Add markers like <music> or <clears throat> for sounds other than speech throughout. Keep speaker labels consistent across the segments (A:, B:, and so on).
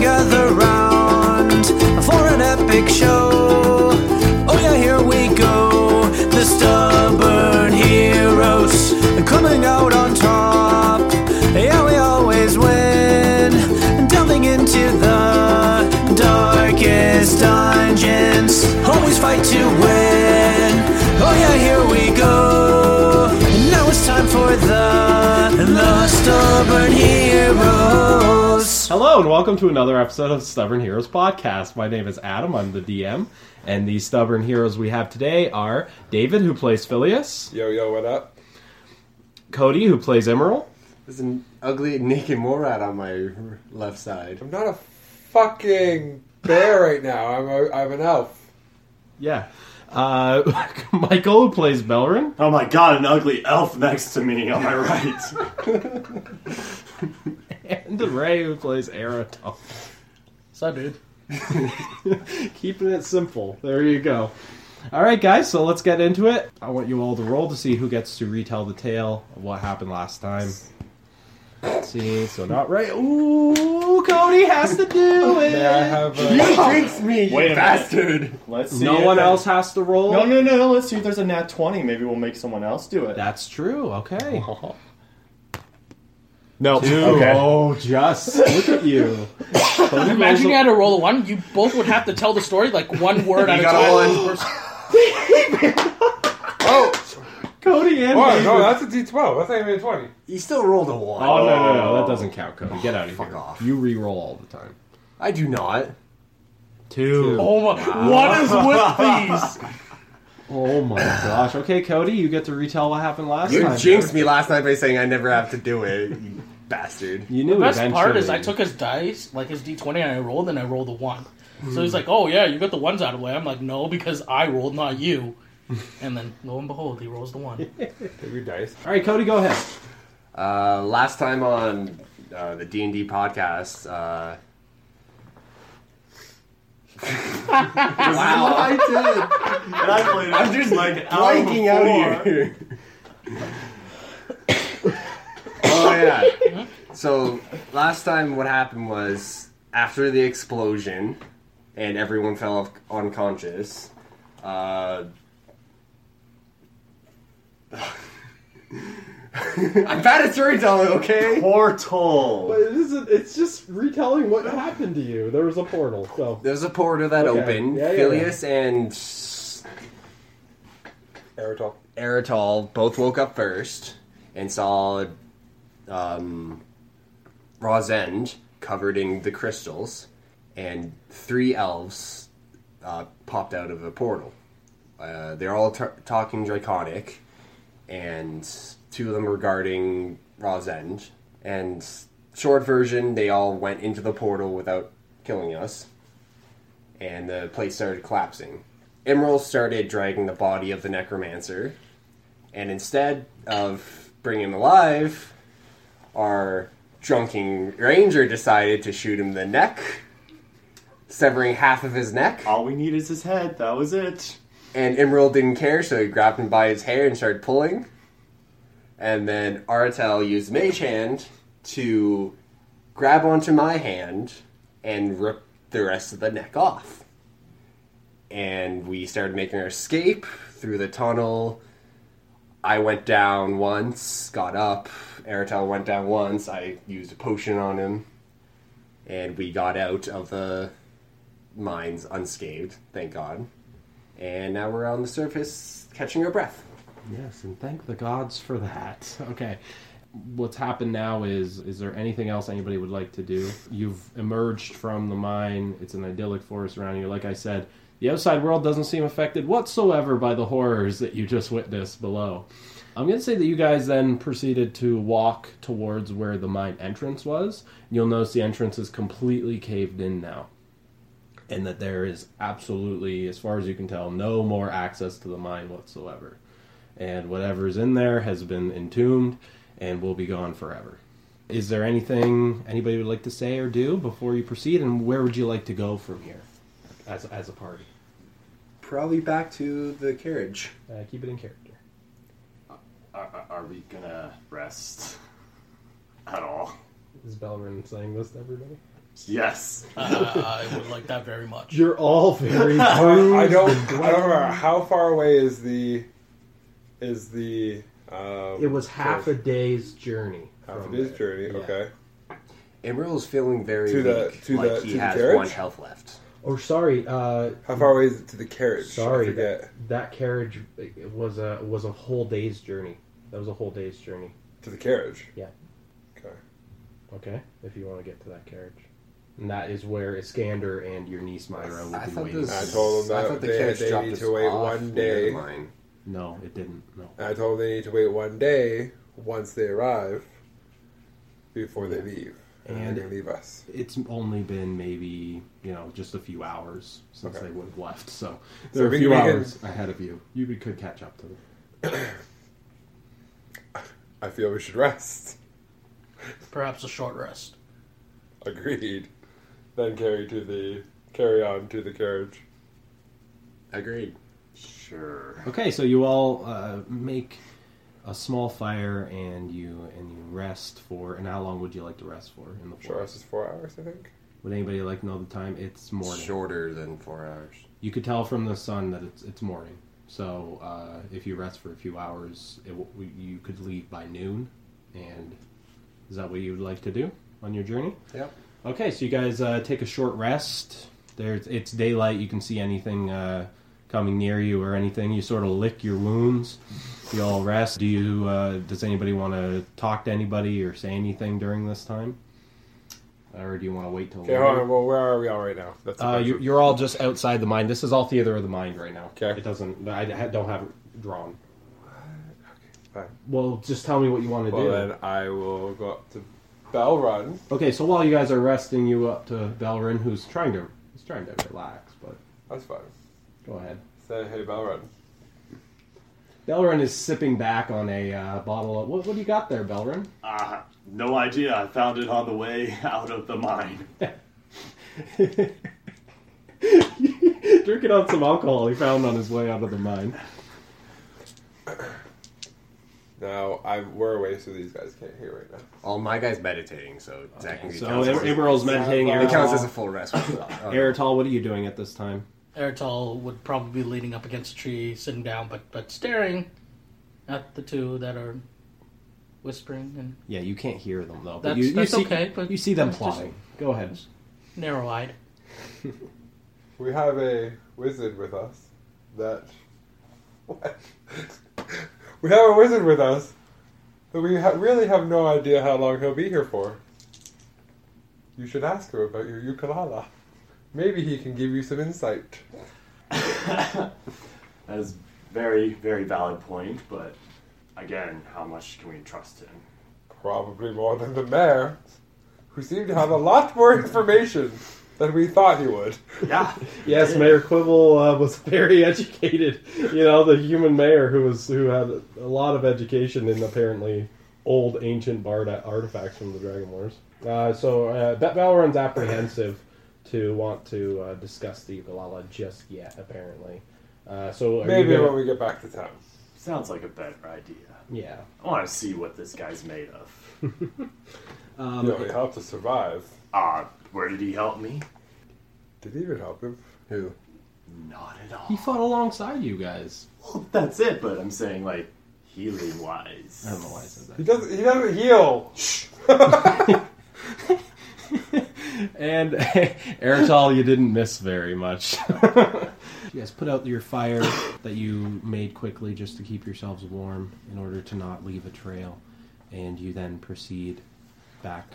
A: gather round for an epic show. Oh yeah, here we go. The stubborn heroes coming out on top. Yeah, we always win. Delving into the darkest dungeons, always fight to win. Oh yeah, here we go. Now it's time for the the stubborn heroes.
B: Hello and welcome to another episode of Stubborn Heroes Podcast. My name is Adam. I'm the DM, and the stubborn heroes we have today are David, who plays Phileas,
C: Yo, yo, what up?
B: Cody, who plays Emerald,
D: There's an ugly naked Morad on my left <laughs> side.
C: I'm not a fucking bear right now. I'm a, I'm an elf.
B: yeah, uh, <laughs> Michael, who plays Belrin,
E: Oh my god, an ugly elf next to me on my right.
B: and Ray, who plays Aerotol.
F: So, dude,
B: <laughs> Keeping it simple. There you go. All right, guys. So let's get into it. I want you all to roll to see who gets to retell the tale of what happened last time. Let's see. So not right. Ooh, Cody has to do it.
C: May I have
D: You
C: a,
D: jinxed me, you
E: Wait a minute.
D: bastard!
E: Let's see.
B: No
E: if
B: one
E: I-
B: else has to roll.
E: No, no, no. Let's see if there's a nat 20. Maybe we'll make someone else do it.
B: That's true. <laughs> Okay.
E: No.
B: Oh, just look at you. <laughs> Cody
F: imagine
B: rolls
F: you had to roll a one. You both would have to tell the story like <laughs> one word at a
D: got
F: time.
C: oh,
B: a- Cody and
C: <laughs> oh, no,
B: David.
C: that's a D12. That's not even a 20.
D: You still rolled a one.
B: Oh no, no, no, that doesn't count, Cody. Get out of
D: Fuck
B: here.
D: off.
B: You re-roll all the time.
D: I do not.
B: Two.
F: Oh my! What is with <laughs> these?
B: Oh my gosh. Okay, Cody, you get to retell what happened last
D: You
B: time.
D: jinxed me last night by saying I never have to do it, you <laughs> bastard.
B: You knew
F: The best
B: eventually.
F: part is I took his dice, like his d twenty, and I rolled, and I rolled a one. So he's like, "Oh yeah, you got the ones out of the way." I'm like, "No, because I rolled, not you." And then lo and behold, he rolls the <laughs> one.
C: Take your dice.
B: All right, Cody, go ahead.
D: Uh, last time on uh, the D&D podcast, uh... wow, I did!
E: And I played it.
D: I'm just
E: like an hour
D: Blanking out of
E: before.
D: here. oh yeah. So last time, what happened was after the explosion, and everyone fell off unconscious. Uh, <laughs> I'm bad at storytelling. Okay.
E: Portal.
B: It isn't, it's just retelling what happened to you. There was a portal, so.
D: There's a portal that
B: Okay.
D: opened.
B: Yeah, yeah,
D: Phileas and
C: Aerotol.
D: Eritol both woke up first and saw um, Rosend covered in the crystals, and three elves uh, popped out of a portal. Uh, they're all tar- talking Draconic, and two of them regarding Rosend. And short version, they all went into the portal without killing us, and the place started collapsing. Emerald started dragging the body of the necromancer, and instead of bringing him alive, our drunken ranger decided to shoot him in the neck, severing half of his neck.
E: All we need is his head. That was it.
D: And Emerald didn't care, so he grabbed him by his hair and started pulling. And then Aratel used Mage Hand to grab onto my hand and rip the rest of the neck off. And we started making our escape through the tunnel. I went down once, got up. Aratel went down once. I used a potion on him. And we got out of the mines unscathed, thank God and now we're on the surface catching our breath.
B: Yes, and thank the gods for that. <laughs> Okay. What's happened now is is there anything else anybody would like to do? You've emerged from the mine. It's an idyllic forest around you. Like I said, the outside world doesn't seem affected whatsoever by the horrors that you just witnessed below. I'm going to say that you guys then proceeded to walk towards where the mine entrance was. You'll notice the entrance is completely caved in now and that there is absolutely, as far as you can tell, no more access to the mine whatsoever. And whatever's in there has been entombed and will be gone forever. Is there anything anybody would like to say or do before you proceed? And where would you like to go from here as, as a party?
D: Probably back to the carriage.
B: Uh, keep it in character.
E: Are, are- are we gonna rest at all?
B: Is Belrin saying this to everybody?
E: Yes.
F: Uh, I would like that very much.
B: You're
E: <laughs>
B: all very rude.
C: I don't. I don't remember how far away is the is the. Um,
B: It was half a day's journey.
C: half
B: from
C: of his
B: there.
C: journey.
B: Yeah.
C: Okay.
D: Emeril is feeling very
C: To the-
D: weak,
C: to the-
D: like
C: to
D: he
C: the
D: has
C: carriage?
D: one health left.
B: Or sorry, uh,
C: How far away is it to the carriage? I
B: sorry,
C: forget.
B: that, that carriage it was a was a whole day's journey. That was a whole day's journey.
C: To the carriage.
B: Yeah.
C: Okay.
B: Okay, if you want to get to that carriage, and that is where Iskander and your niece Myra will
D: I
B: be
D: thought
B: waiting.
D: this.
C: I told him
D: I
C: that
D: thought the
C: they-
D: carriage
C: they
D: dropped
C: need
D: us
C: to wait
D: off
C: one
D: near the
C: day.
D: mine.
B: No, it didn't. No.
C: And I told them they need to wait one day once they arrive before they leave, and,
B: And-
C: they can leave us.
B: It's only been maybe you know just a few hours since
C: Okay.
B: they would have left, so
C: So
B: they're
C: we-
B: a few
C: we can-
B: hours ahead of you. You could, could catch up to them.
C: I feel we should rest.
F: Perhaps a short rest.
C: Agreed. Then carry to the carry on to the carriage.
D: Agreed. Sure.
B: Okay, so you all uh, make a small fire and you and you rest for. And how long would you like to rest for in the
C: Short
B: forest?
C: rest is four hours, I think.
B: Would anybody like to know the time? It's morning.
D: Shorter than four hours.
B: You could tell from the sun that it's it's morning. So uh, if you rest for a few hours, it will, you could leave by noon. And is that what you would like to do on your journey?
D: Yep.
B: Okay, so you guys uh, take a short rest. There's it's daylight. You can see anything uh, coming near you or anything. You sort of lick your wounds. You all rest. Do you? Uh, does anybody want to talk to anybody or say anything during this time? Or do you want to wait till?
C: Okay, hold on. Well, where are we all right now? That's the
B: Uh,
C: question.
B: you, you're all just outside the mind. This is all theater of the mind right now.
C: Okay.
B: It doesn't. I ha- don't have it drawn.
C: fine.
B: Well, just tell me what you want to
C: Well,
B: do.
C: then I will go up to Bell Run.
B: Okay, so while you guys are resting, you up to Belrin, who's trying to he's trying to relax, but
C: That's fine.
B: go ahead.
C: Say, hey, Bell Run.
B: Belrin is sipping back on a uh, bottle of what? What do you got there, Belrin?
E: Uh, no idea. I found it on the way <laughs> out of the mine.
B: <laughs> Drinking on some alcohol he found on his way out of the mine.
C: Now, I'm, we're away, so these guys can't hear right now.
D: All my guys meditating, so Zach can
B: So
D: counts, as,
B: Emerald's meditating.
D: it counts as a
B: Eritol,
D: full rest. Oh,
B: Eritol, what are you doing at this time?
F: Eritol would probably be leaning up against a tree, sitting down, but but staring at the two that are whispering and
B: Yeah, you can't hear them though.
F: That's-
B: you, you
F: that's
B: see,
F: okay, but
B: you see them
F: that's just-
B: plotting. Go ahead.
F: narrow-eyed.
C: We have a wizard with us that. <laughs> What? we have a wizard with us, but we ha- really have no idea how long he'll be here for. You should ask him about your ukulele. Maybe he can give you some insight.
G: That's very, very valid point, but again, how much can we trust him?
C: Probably more than the mayor, who seemed to have a lot more information than we thought he would.
G: Yeah,
B: Yes, Mayor Quibble uh, was <laughs> very educated. You know, the human mayor who was who had a lot of education in apparently old ancient bard artifacts from the Dragon Wars. Uh, so uh, Bet Valorum's apprehensive to want to uh, discuss the Ugalala just yet, apparently. Uh, so are
C: Maybe
B: you gonna-
C: when we get back to town.
G: <laughs> sounds like a better idea.
B: yeah.
G: I want to see what this guy's made of.
C: Um, you know, he helped us survive.
G: Ah, where did he help me?
C: Did he even help him?
D: Who?
G: Not at all. <laughs>
B: He fought alongside you guys.
G: Well, that's it, but I'm saying, like, healing wise.
B: I don't know why I said that.
C: He doesn't. He doesn't heal.
B: And <laughs> Eritol, you didn't miss very <laughs> much. you guys put out your fire that you made quickly just to keep yourselves warm in order to not leave a trail, and you then proceed back.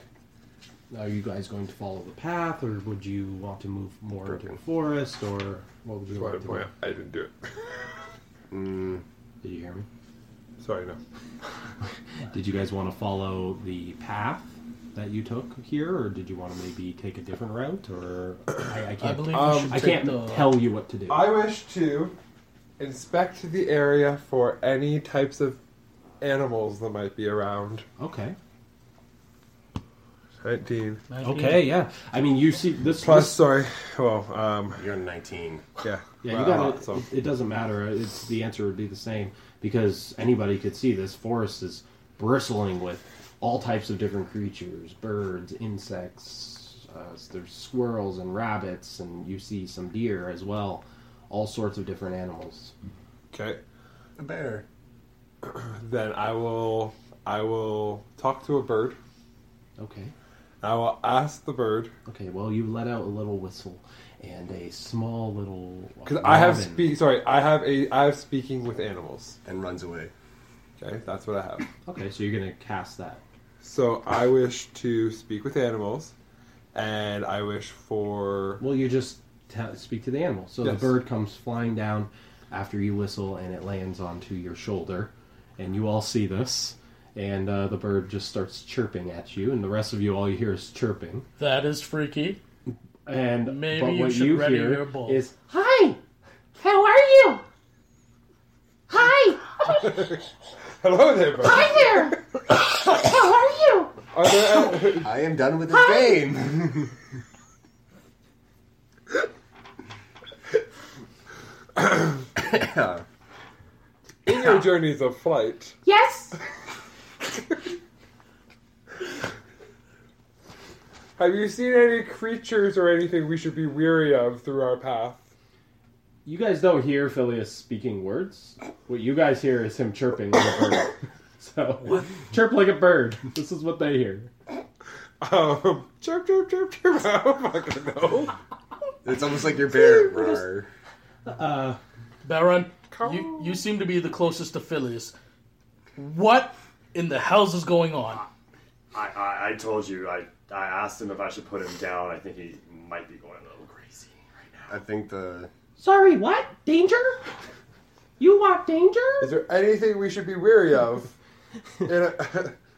B: Are you guys going to follow the path, or would you want to move more into the forest, or what would you
C: Just
B: like to
C: wanted to
B: do?
C: point out, I didn't do it.
B: Did you hear me?
C: Sorry, no.
B: Did you guys want to follow the path that you took here, or did you want to maybe take a different route, or I, I
F: I
B: can't.
F: believe we
C: Um,
F: should
B: I
F: take
B: can't
F: the-
B: tell you what to do.
C: I wish to inspect the area for any types of animals that might be around.
B: Okay.
C: 19.
F: I think-
B: Okay, yeah. I mean, you see this.
C: Plus,
B: this-
C: sorry. Well, um,
D: You're 19.
C: yeah.
B: yeah, you
C: Well, uh,
B: got it.
C: so-
B: It doesn't matter. It's the answer would be the same because anybody could see this forest is bristling with all types of different creatures, birds, insects, uh, there's squirrels and rabbits, and you see some deer as well. All sorts of different animals.
C: Okay.
D: A bear.
C: Then I will I will talk to a bird.
B: Okay.
C: I will ask the bird
B: Okay. Well, you let out a little whistle, and a small little.
C: because I have
B: robin-
C: speak. Sorry, I have a I have speaking with animals.
D: And runs away.
C: Okay, that's what I have.
B: Okay, so you're gonna cast that.
C: So I wish to speak with animals, and I wish for
B: Well, you just t- speak to the animal. So
C: Yes.
B: the bird comes flying down after you whistle, and it lands onto your shoulder, and you all see this. And uh, the bird just starts chirping at you, and the rest of you, all you hear is chirping.
F: That is freaky.
B: And
F: Maybe
B: but
F: you
B: what
F: should
B: you
F: ready
B: hear
F: your bowl.
B: is
H: Hi! How are you? Hi!
C: hello there, bird.
H: Hi there! Oh, How are you?
C: Are
B: <laughs>
C: there any-
D: I am done with this game. <laughs>
C: in your journeys of flight?
H: Yes?
C: Have you seen any creatures or anything we should be weary of through our path?
B: You guys don't hear Phileas speaking words. What you guys hear is him chirping like a bird. <laughs> So chirp like a bird. <laughs> This is what they hear.
C: Um, <laughs> chirp, chirp, chirp, chirp. <laughs> I don't fucking know.
D: it's almost like
B: <laughs>
D: your bear. Rawr.
F: Baron, you, you seem to be the closest to Phileas. What in the hells is going on?
G: I, I, I told you, I, I asked him if I should put him down. I think he might be going a little crazy right now.
D: I think the <laughs>
H: Sorry, what? Danger? You want danger?
C: Is there anything we should be weary of? In a,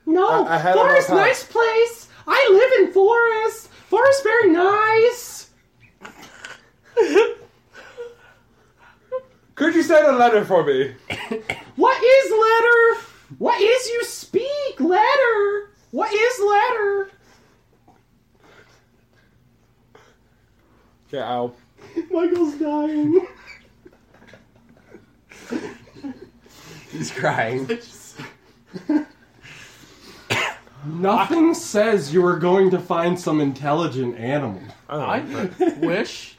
H: No,
C: I- I had it on
H: forest
C: my
H: nice place. I live in forest. Forest very nice.
C: could you send a letter for me?
H: What is letter? What is you speak letter? What is letter?
C: Yeah, I'll.
H: Michael's dying.
D: he's crying.
B: Nothing says you are going to find some intelligent animal.
F: I wish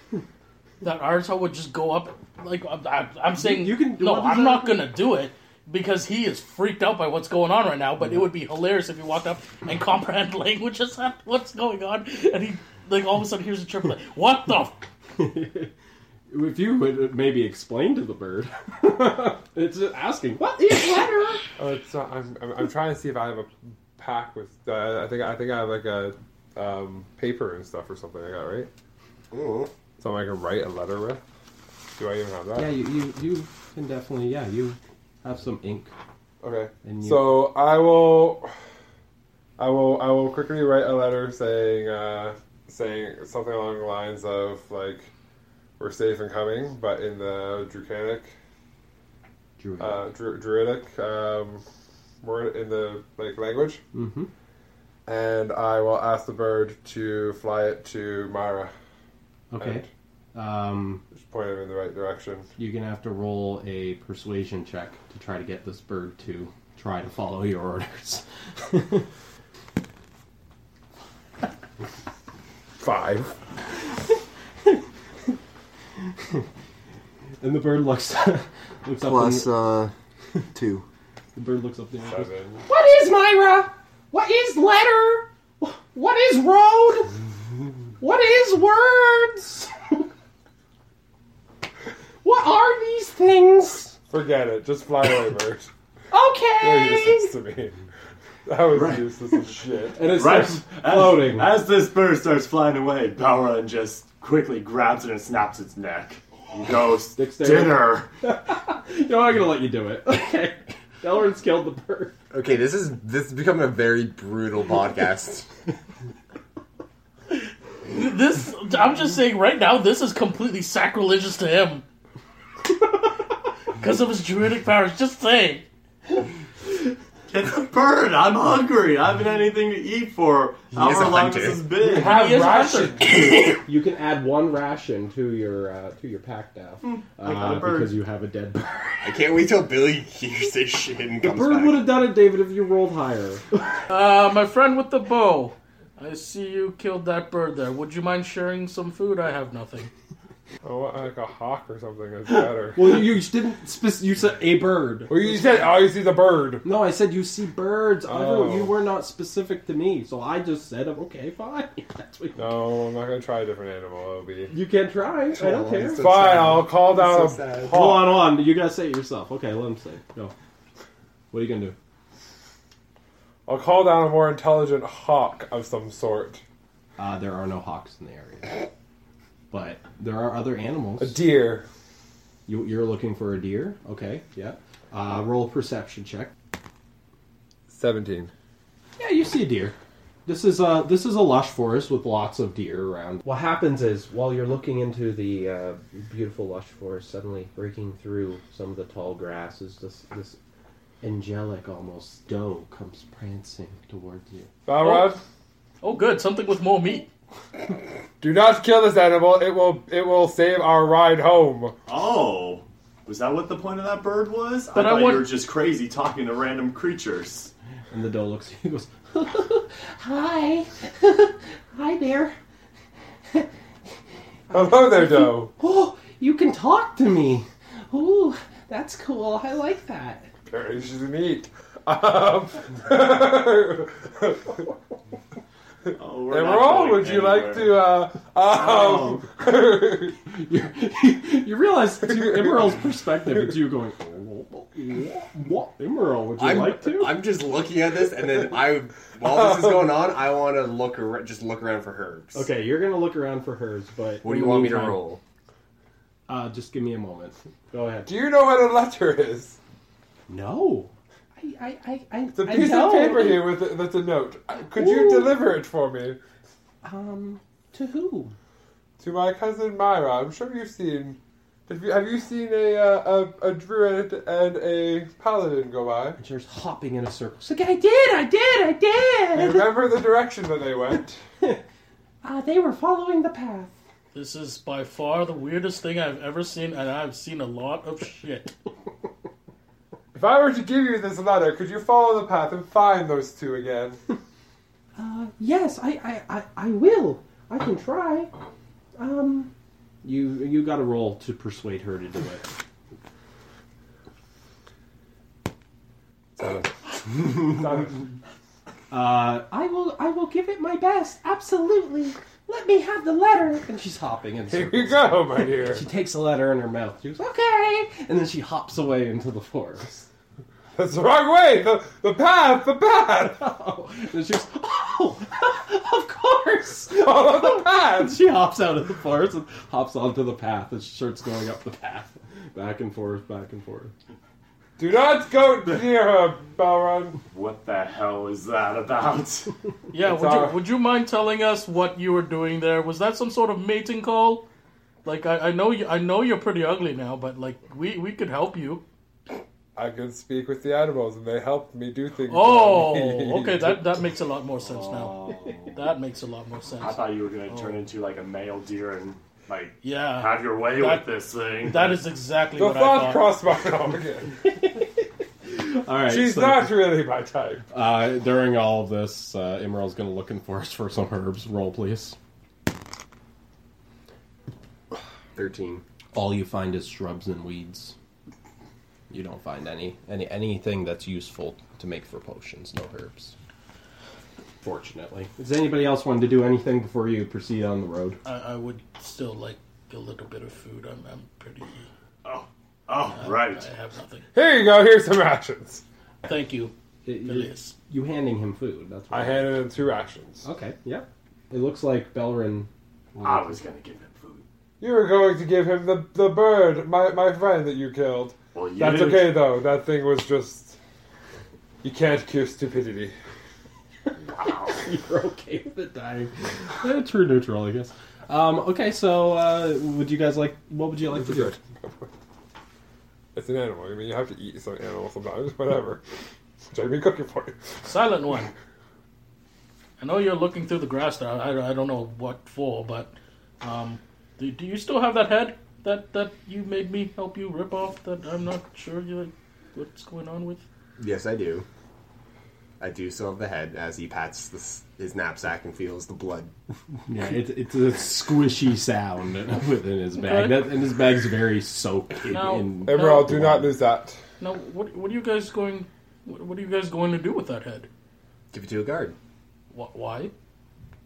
F: that Arto would just go up. Like I, I- I'm saying,
B: you can-
F: No,
B: what is
F: I'm
B: that?
F: not gonna do it because he is freaked out by what's going on right now. But it would be hilarious if he walked up and comprehend <laughs> language as to what's going on, and he like all of a sudden hears a chirp like, "What the?" F-?
B: If you would uh, maybe explain to the bird, <laughs> it's just asking what
H: Is letter?
C: Oh, it's not, I'm, I'm, I'm trying to see if I have a pack with. Uh, I think I think I have like a um, paper and stuff or something like that, right?
D: Ooh.
C: Something I can write a letter with. Do I even have that?
B: Yeah, you, you you can definitely yeah you have some ink.
C: Okay.
B: And you-
C: So I will, I will, I will quickly write a letter saying, uh, saying something along the lines of like, "We're safe and coming," but in the Drucanic,
B: Drew.
C: uh, Dru- Druidic um, word in the like language,
B: mm-hmm.
C: and I will ask the bird to fly it to Myra.
B: Okay. Um,
C: And point him in the right direction.
B: you're gonna have to roll a persuasion check to try to get this bird to try to follow your orders. <laughs>
C: Five.
B: And the bird looks <laughs> looks up.
D: Plus
B: in-
D: uh, two.
B: the bird looks up there. and goes,
C: Seven.
H: What is Myra? What is letter? What is road? What is words? what are these things?
C: Forget it. Just fly
B: <laughs>
C: away, bird. You're
H: Okay.
C: useless to me. That was useless as shit.
B: And it
G: Right.
B: starts floating.
G: As, as this bird starts flying away, Balron just quickly grabs it and snaps its neck. And goes,
B: Dexterity.
G: dinner!
B: <laughs> no, I'm gonna let you do it. Okay. Delrin's killed the bird.
D: Okay, this is this is becoming a very brutal podcast.
F: This I'm just saying right now. This is completely sacrilegious to him because of his druidic powers. Just saying.
G: It's a bird! I'm hungry! I haven't had anything to eat for
D: is
G: however
D: a
G: long
D: hunter.
G: this has been.
C: Have
F: He is a
C: rations.
F: hunter.
B: You can add one ration to your uh, to your pack now
G: Hmm, got a
B: uh,
G: bird.
B: because you have a dead bird.
D: I can't wait till Billy hears this shit and
B: The
D: comes
B: bird <laughs>
D: back.
B: would have done it, David, if you rolled higher.
F: Uh, my friend with the bow. I see you killed that bird there. Would you mind sharing some food? I have nothing.
C: I want like a hawk or something. That's better. <laughs>
B: Well, you, you didn't. Spec- you said a bird.
C: well, you said, oh, you see the bird.
B: No, I said you see birds. I don't-
C: Oh.
B: you were not specific to me, so I just said okay, fine. That's what
C: No, I'm not gonna try a different animal. It'll be
B: <laughs> you can try. I don't
D: Oh,
B: care. Hold
D: it's so
C: fine.
D: sad.
C: I'll call down
D: so
C: a
D: sad.
C: hawk.
B: on, hold on. You gotta say it yourself. Okay, let him say. it. Go. What are you gonna do?
C: I'll call down a more intelligent hawk of some sort.
B: Uh, there are no hawks in the area, but there are other animals.
C: A deer.
B: you, you're looking for a deer. Okay, yeah. Uh, roll a perception check.
C: Seventeen.
B: Yeah, you see a deer. This is a this is a lush forest with lots of deer around.
I: What happens is, while you're looking into the uh, beautiful lush forest, suddenly breaking through some of the tall grass is this this angelic almost doe comes prancing towards you.
C: Balrog,
F: Oh, good. Something with more meat.
C: do not kill this animal. It will it will save our ride home.
G: Oh, was that what the point of that bird was?
F: But
G: I
F: I
G: thought
F: want-
G: you were just crazy talking to random creatures.
B: And the doe looks at you and goes,
I: <laughs>
H: Hi. Hi there.
C: Hello there,
D: <laughs>
C: Doe.
B: Oh, you can talk to me.
H: Ooh, that's cool. I like that.
C: Very easy to meet. Um, <laughs> and
G: Oh, we're not
C: Raoul,
G: going
C: would you like
G: anywhere.
C: to? Uh, um,
B: You, <laughs> you realize
D: <laughs>
B: to Emerald's perspective, it's you going, "Oh, what Emerald would you
D: I'm,
B: like to?
D: I'm just looking at this, and then I, while this is going on, I want to look ar- just look around for herbs.
B: okay, you're gonna look around for hers, but
D: What do
B: in
D: you
B: the
D: want me to
B: meantime-
D: roll?
B: Uh, just give me a moment. Go ahead.
C: <laughs> do you know what a letter is?
B: No,
H: I, I, I, I,
C: It's a
H: I
C: piece of
H: don't.
C: paper here with a, that's a note. Could you deliver it for me
H: Um, to who?
C: to my cousin Myra? I'm sure you've seen. Have you, have you seen a, uh, a a druid and a paladin go by?
B: and she's hopping in a circle.
H: So I did, I did, I
C: Do you
H: did.
C: remember the direction that they
F: <laughs>
C: went?
H: Uh, they were following the path.
F: This is by far the weirdest thing I've ever seen, and I've seen a lot of shit.
C: If I were to give you this letter, could you follow the path and find those two again?
H: Yes, I, I, I, I will. I can try. Um,
B: You you got to roll to persuade her to do it. <laughs> Uh,
H: I will, I will give it my best. Absolutely. Let me have the letter.
B: and she's hopping in
C: Here you
B: circles.
C: go, my dear.
B: She takes a letter in her mouth. She goes,
H: Okay.
B: and then she hops away into the forest. <laughs>
C: That's the wrong way. The, the path, the path,
B: Oh, and she's oh, <laughs> of course.
C: follow the
B: And
F: <laughs>
C: path.
B: she hops out of the forest and hops onto the path and she starts going up the path. Back and forth, back and forth.
C: Do not go near her, Balron.
G: What the hell is that about? <laughs>
F: Yeah,
C: It's
F: would
C: our-
F: you, would you mind telling us what you were doing there? Was that some sort of mating call? Like I, I know you, I know you're pretty ugly now, but like we, we could
C: <laughs>
F: help you.
C: I can speak with the animals, and they helped me do things. that I need.
F: Oh, okay, that that makes a lot more sense now.
C: Oh.
F: That makes a lot more sense.
C: <laughs>
G: I thought you were going to turn into like a male deer and like
F: Yeah,
G: have your way
F: That-
G: with this thing.
F: that is exactly
C: The
F: what I
C: thought
F: thought.
C: crossed my mind again.
B: All right.
C: She's
B: so,
C: not really my type.
B: Uh, during all of this, uh, Emerald's going to look in forest for some herbs. Roll, please.
D: Thirteen.
B: All you find is shrubs and weeds. You don't find any, any anything that's useful to make for potions. No herbs. Fortunately. Does anybody else want to do anything before you proceed on the road?
F: I, I would still like a little bit of food. I'm I'm pretty.
G: Oh, oh, right.
F: I
C: <laughs>
F: have nothing.
C: Here you go. Here's some rations.
F: Thank you,
B: You,
F: Elias.
B: you handing him food. That's what
C: I handed him two rations.
B: Okay. Yeah. It looks like Belrin.
G: I was going to give him food.
C: You were going to give him the the bird, my my friend that you killed.
G: Well, you
C: That's
G: didn't-
C: okay though. That thing was just. You can't cure stupidity.
B: You're okay with it dying. Eh, True neutral, I guess. Um, okay, so uh, would you guys like? What would you like to do?
C: It's an animal. I mean, you have to eat some animal sometimes. Whatever. Jamie, cook it for you.
F: Silent one. I know you're looking through the grass there. I, I don't know what for, but um, do, do you still have that head that that you made me help you rip off? That I'm not sure you what's going on with.
D: Yes, I do. I do so of the head as he pats this, his knapsack and feels the blood.
B: Yeah, it's it's a squishy sound <laughs> within his bag, that, and his bag's very soaked. In,
F: No.
B: in-
C: Emerald, do not lose that.
F: Now, what what are you guys going? What what are you guys going to do with that head?
D: Give it to a guard
F: Wh- Why?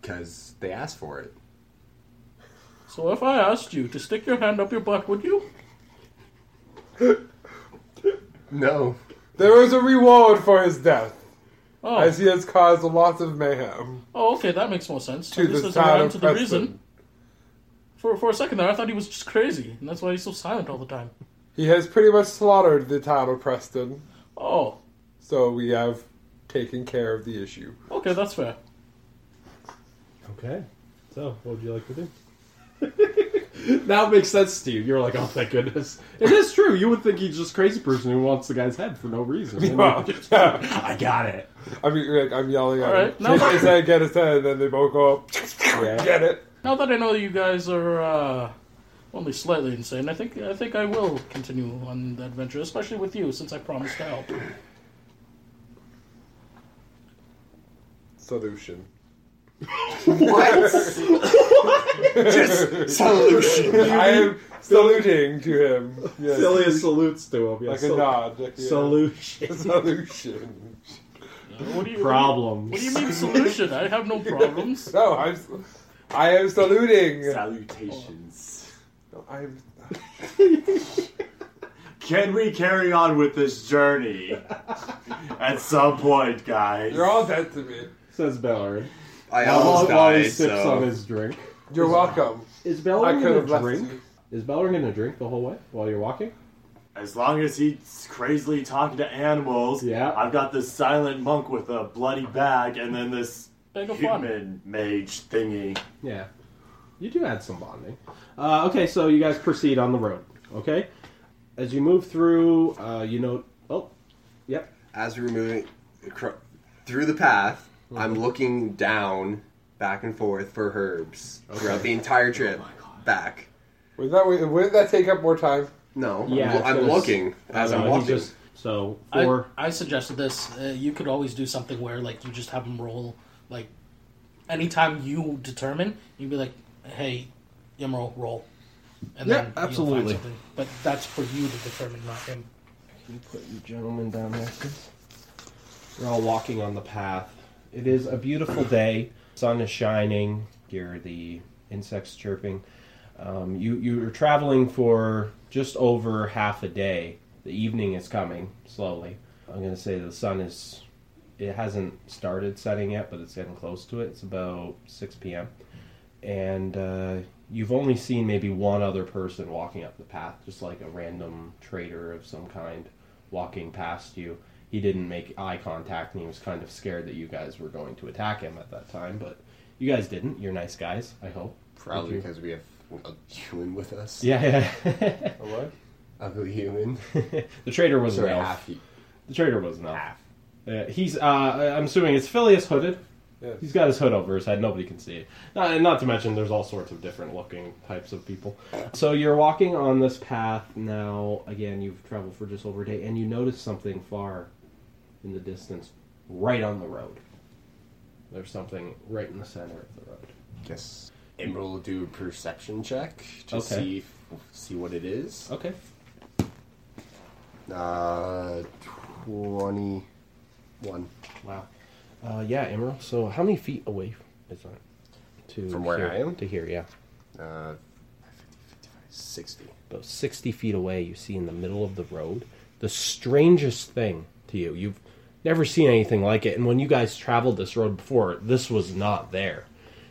D: because they asked for it.
F: So if I asked you to stick your hand up your butt, would you?
D: No,
C: There is a reward for his death,
F: Oh,
C: as he has caused a lot of mayhem
F: oh okay, that makes more sense.
C: to
F: this
C: the
F: is
C: town
F: around
C: of
F: to the
C: Preston.
F: reason. For for a second there, I thought he was just crazy, and that's why he's so silent all the time.
C: He has pretty much slaughtered the town of Preston,
F: Oh,
C: so we have taken care of the issue.
F: okay, that's fair.
B: Okay. So, what would you like to do? <laughs> now it makes sense to you. You're like, oh, thank goodness. It is true. You would think he's just crazy person who wants the guy's head for no reason. <laughs>
C: <laughs> I
B: I got it.
C: mean, like, I'm yelling at
F: All right,
C: him.
F: no.
C: Get his head, get his head, and then they both go up. Get it.
F: Now that I know that you guys are uh, only slightly insane, I think I think I will continue on the adventure, especially with you, since I promised to help. Uh,
C: Solution. <laughs>
D: just solution.
C: I am saluting to him. Yes.
I: Sillius salutes to him. Yeah,
C: Like a
I: so-
C: nod. Like, yeah.
I: Solution.
C: <laughs> Solution.
F: What do you
B: Problems.
F: What do you mean solution? I have no
B: <laughs>
F: problems.
C: No, I'm. I am saluting.
G: Salutations.
C: I'm.
G: Can we carry on with this journey?
B: <laughs>
G: At some point, guys.
C: You're all dead to me.
B: Says Bellerin.
D: I almost
B: While he
D: died.
B: sips Oh, on
D: So
B: his drink.
C: You're welcome.
B: Is
C: I
B: Bellerin
C: could
B: going
C: have
B: to
C: left
B: drink?
C: you.
B: Is Bellerin going to drink the whole way while you're walking?
G: As long as he's crazily talking to animals,
B: Yeah.
G: I've got this silent monk with a bloody bag, and then this
F: Beg of fun.
G: human mage thingy.
B: Yeah. You do add some bonding. Uh, okay, so you guys proceed on the road. Okay? As you move through, uh, you know. Oh, yep.
D: as we're moving acro- through the path, I'm
B: Uh-huh.
D: looking down, back and forth for herbs throughout the entire trip. back.
C: Would that wouldn't that take up more time?
D: No,
B: Yeah,
D: I'm,
B: it's
D: I'm
B: gonna s-
D: looking as
B: Uh,
D: I'm
B: he
D: walking.
B: just- so,
F: I,
B: four.
F: I suggested this. Uh, you could always do something where, like, you just have them roll, like, anytime you determine, you'd be like, "Hey, Emerald, roll," and
B: Yeah,
F: then you'll
B: absolutely.
F: Find something. But that's for you to determine, not him.
B: you put you gentlemen down there, please? We're all walking on the path. It is a beautiful day. Sun is shining. Hear the insects chirping. Um, you you are traveling for just over half a day. The evening is coming slowly. I'm gonna say the sun is. It hasn't started setting yet, but it's getting close to it. It's about 6 p.m. and uh, you've only seen maybe one other person walking up the path, just like a random trader of some kind walking past you. He didn't make eye contact, and he was kind of scared that you guys were going to attack him at that time. But you guys didn't. You're nice guys, I hope. <laughs>
D: Probably
B: Did you-
D: because we have a human with us.
B: Yeah, yeah. <laughs>
C: A what?
D: Ugly human.
B: the trader was an
D: Sorry,
B: elf.
D: half. hu-
B: The trader was an elf. Uh, he's. Uh, I'm assuming it's Phileas hooded.
C: Yes.
B: He's got his hood over his head. Nobody can see it. Not, and not to mention, there's all sorts of different looking types of people. So you're walking on this path now. Again, you've traveled for just over a day, and you notice something far in the distance, right on the road. There's something right in the center of the road.
D: Guess Emerald will do a perception check to
B: Okay. Oh.
D: see see what it is.
B: Okay.
D: Uh, twenty-one.
B: Wow. Uh, yeah, Emerald. So how many feet away is that? To
D: From where
B: here-
D: I am?
B: To here, yeah.
D: Uh, 50, 55, 60.
B: about 60 feet away, you see in the middle of the road the strangest thing to you. You've never seen anything like it. And when you guys traveled this road before, this was not there.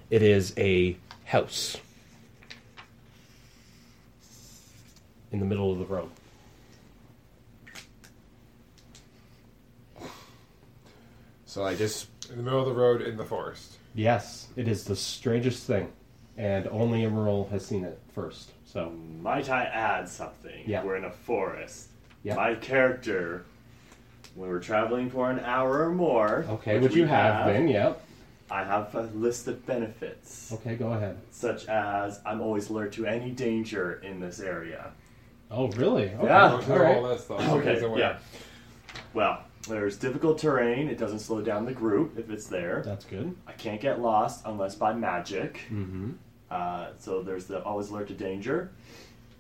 B: It is a house in the middle of the road.
D: So I just
C: In the middle of the road in the forest.
B: Yes, it is the strangest thing. And only Emerald has seen it first. So,
G: Might I add something?
B: Yeah.
G: We're in a forest.
B: Yeah.
G: My character, when we're traveling for an hour or more,
B: okay,
G: which
B: would
G: we
B: you have been? Yep.
G: I have a list of benefits,
B: Okay, go ahead.
G: such as I'm always alert to any danger in this area.
B: Oh, really? Okay.
G: Yeah.
C: Oh,
B: All right.
C: all that stuff.
G: Okay,
C: He's aware.
G: yeah. Well, There's difficult terrain. It doesn't slow down the group if it's there.
B: That's good.
G: I can't get lost unless by magic.
B: Mm-hmm.
G: Uh, so there's the always alert to danger.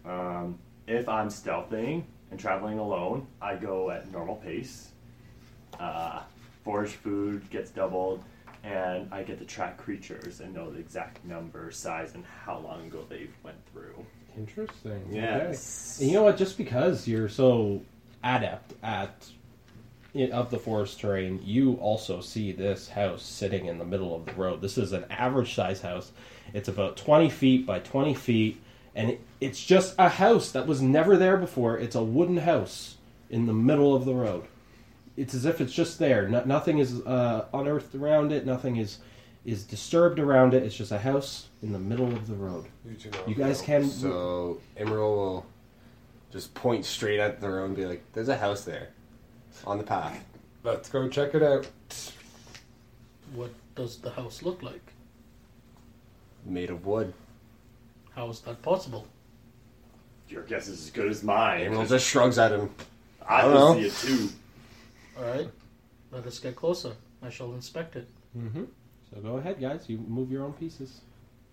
G: Um, if I'm stealthing and traveling alone, I go at normal pace. Uh, forage food gets doubled, and I get to track creatures and know the exact number, size, and how long ago they went through.
B: Interesting.
G: Yes.
B: Okay. And you know what? Just because you're so adept at i- of the forest terrain, you also see this house sitting in the middle of the road. This is an average size house. It's about 20 feet by 20 feet, and it- it's just a house that was never there before. It's a wooden house in the middle of the road. It's as if it's just there. No, nothing is uh, unearthed around it. Nothing is is disturbed around it. It's just a house in the middle of the road.
C: You, do not
B: You guys
C: know.
B: can
D: So Emerald will just point straight at the road and be like, "There's a house there, on the path."
C: Let's go check it out. <laughs>
F: What does the house look like?
D: Made of wood.
F: How is that possible?
G: Your guess is as good as mine.
D: Emerald just shrugs at him.
G: I
D: don't
G: can
D: know.
G: see it too.
F: All right, let us get closer. I shall inspect it.
B: Mm-hmm. So go ahead, guys. You move your own pieces.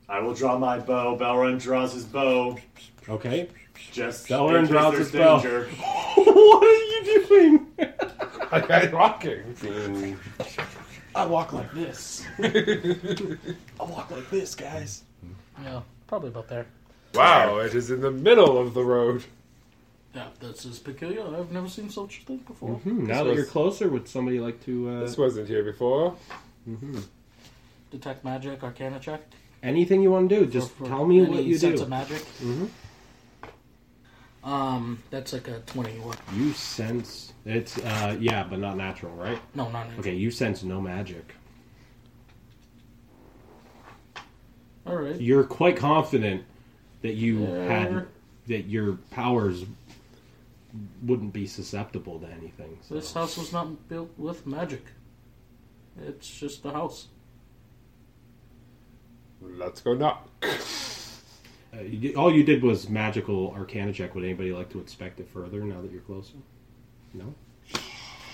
G: I will draw my bow. Belrun draws his bow.
B: Okay.
G: Just
B: Belrun
G: in case
B: draws
G: there's
B: his bow.
G: danger.
B: <laughs> what are you doing?
C: I am
D: <laughs>
C: walking.
D: Mm,
B: I walk like this. I walk like this, guys.
F: Yeah, probably about there.
C: Wow, it is in the middle of the road.
F: Yeah, this is peculiar. I've never seen such a thing before.
B: now that
C: was-
B: you're closer, would somebody like to uh,
C: This wasn't here before.
F: Detect magic, arcana check.
B: anything you want to do? Just
F: For- for
B: tell me
F: any
B: what you
F: sense of
B: do. Mm-hmm.
F: magic. Um, that's like a twenty-one.
B: You sense it's uh, yeah, but not natural, right?
F: No, not any.
B: Okay, you sense no magic.
F: All right.
B: You're quite confident that you
F: Yeah.
B: had that your powers wouldn't be susceptible to anything. So.
F: This house was not built with magic. It's just a house.
C: Let's go knock.
B: Uh, you did- all you did was magical arcana check. Would anybody like to inspect it further now that you're closer? No.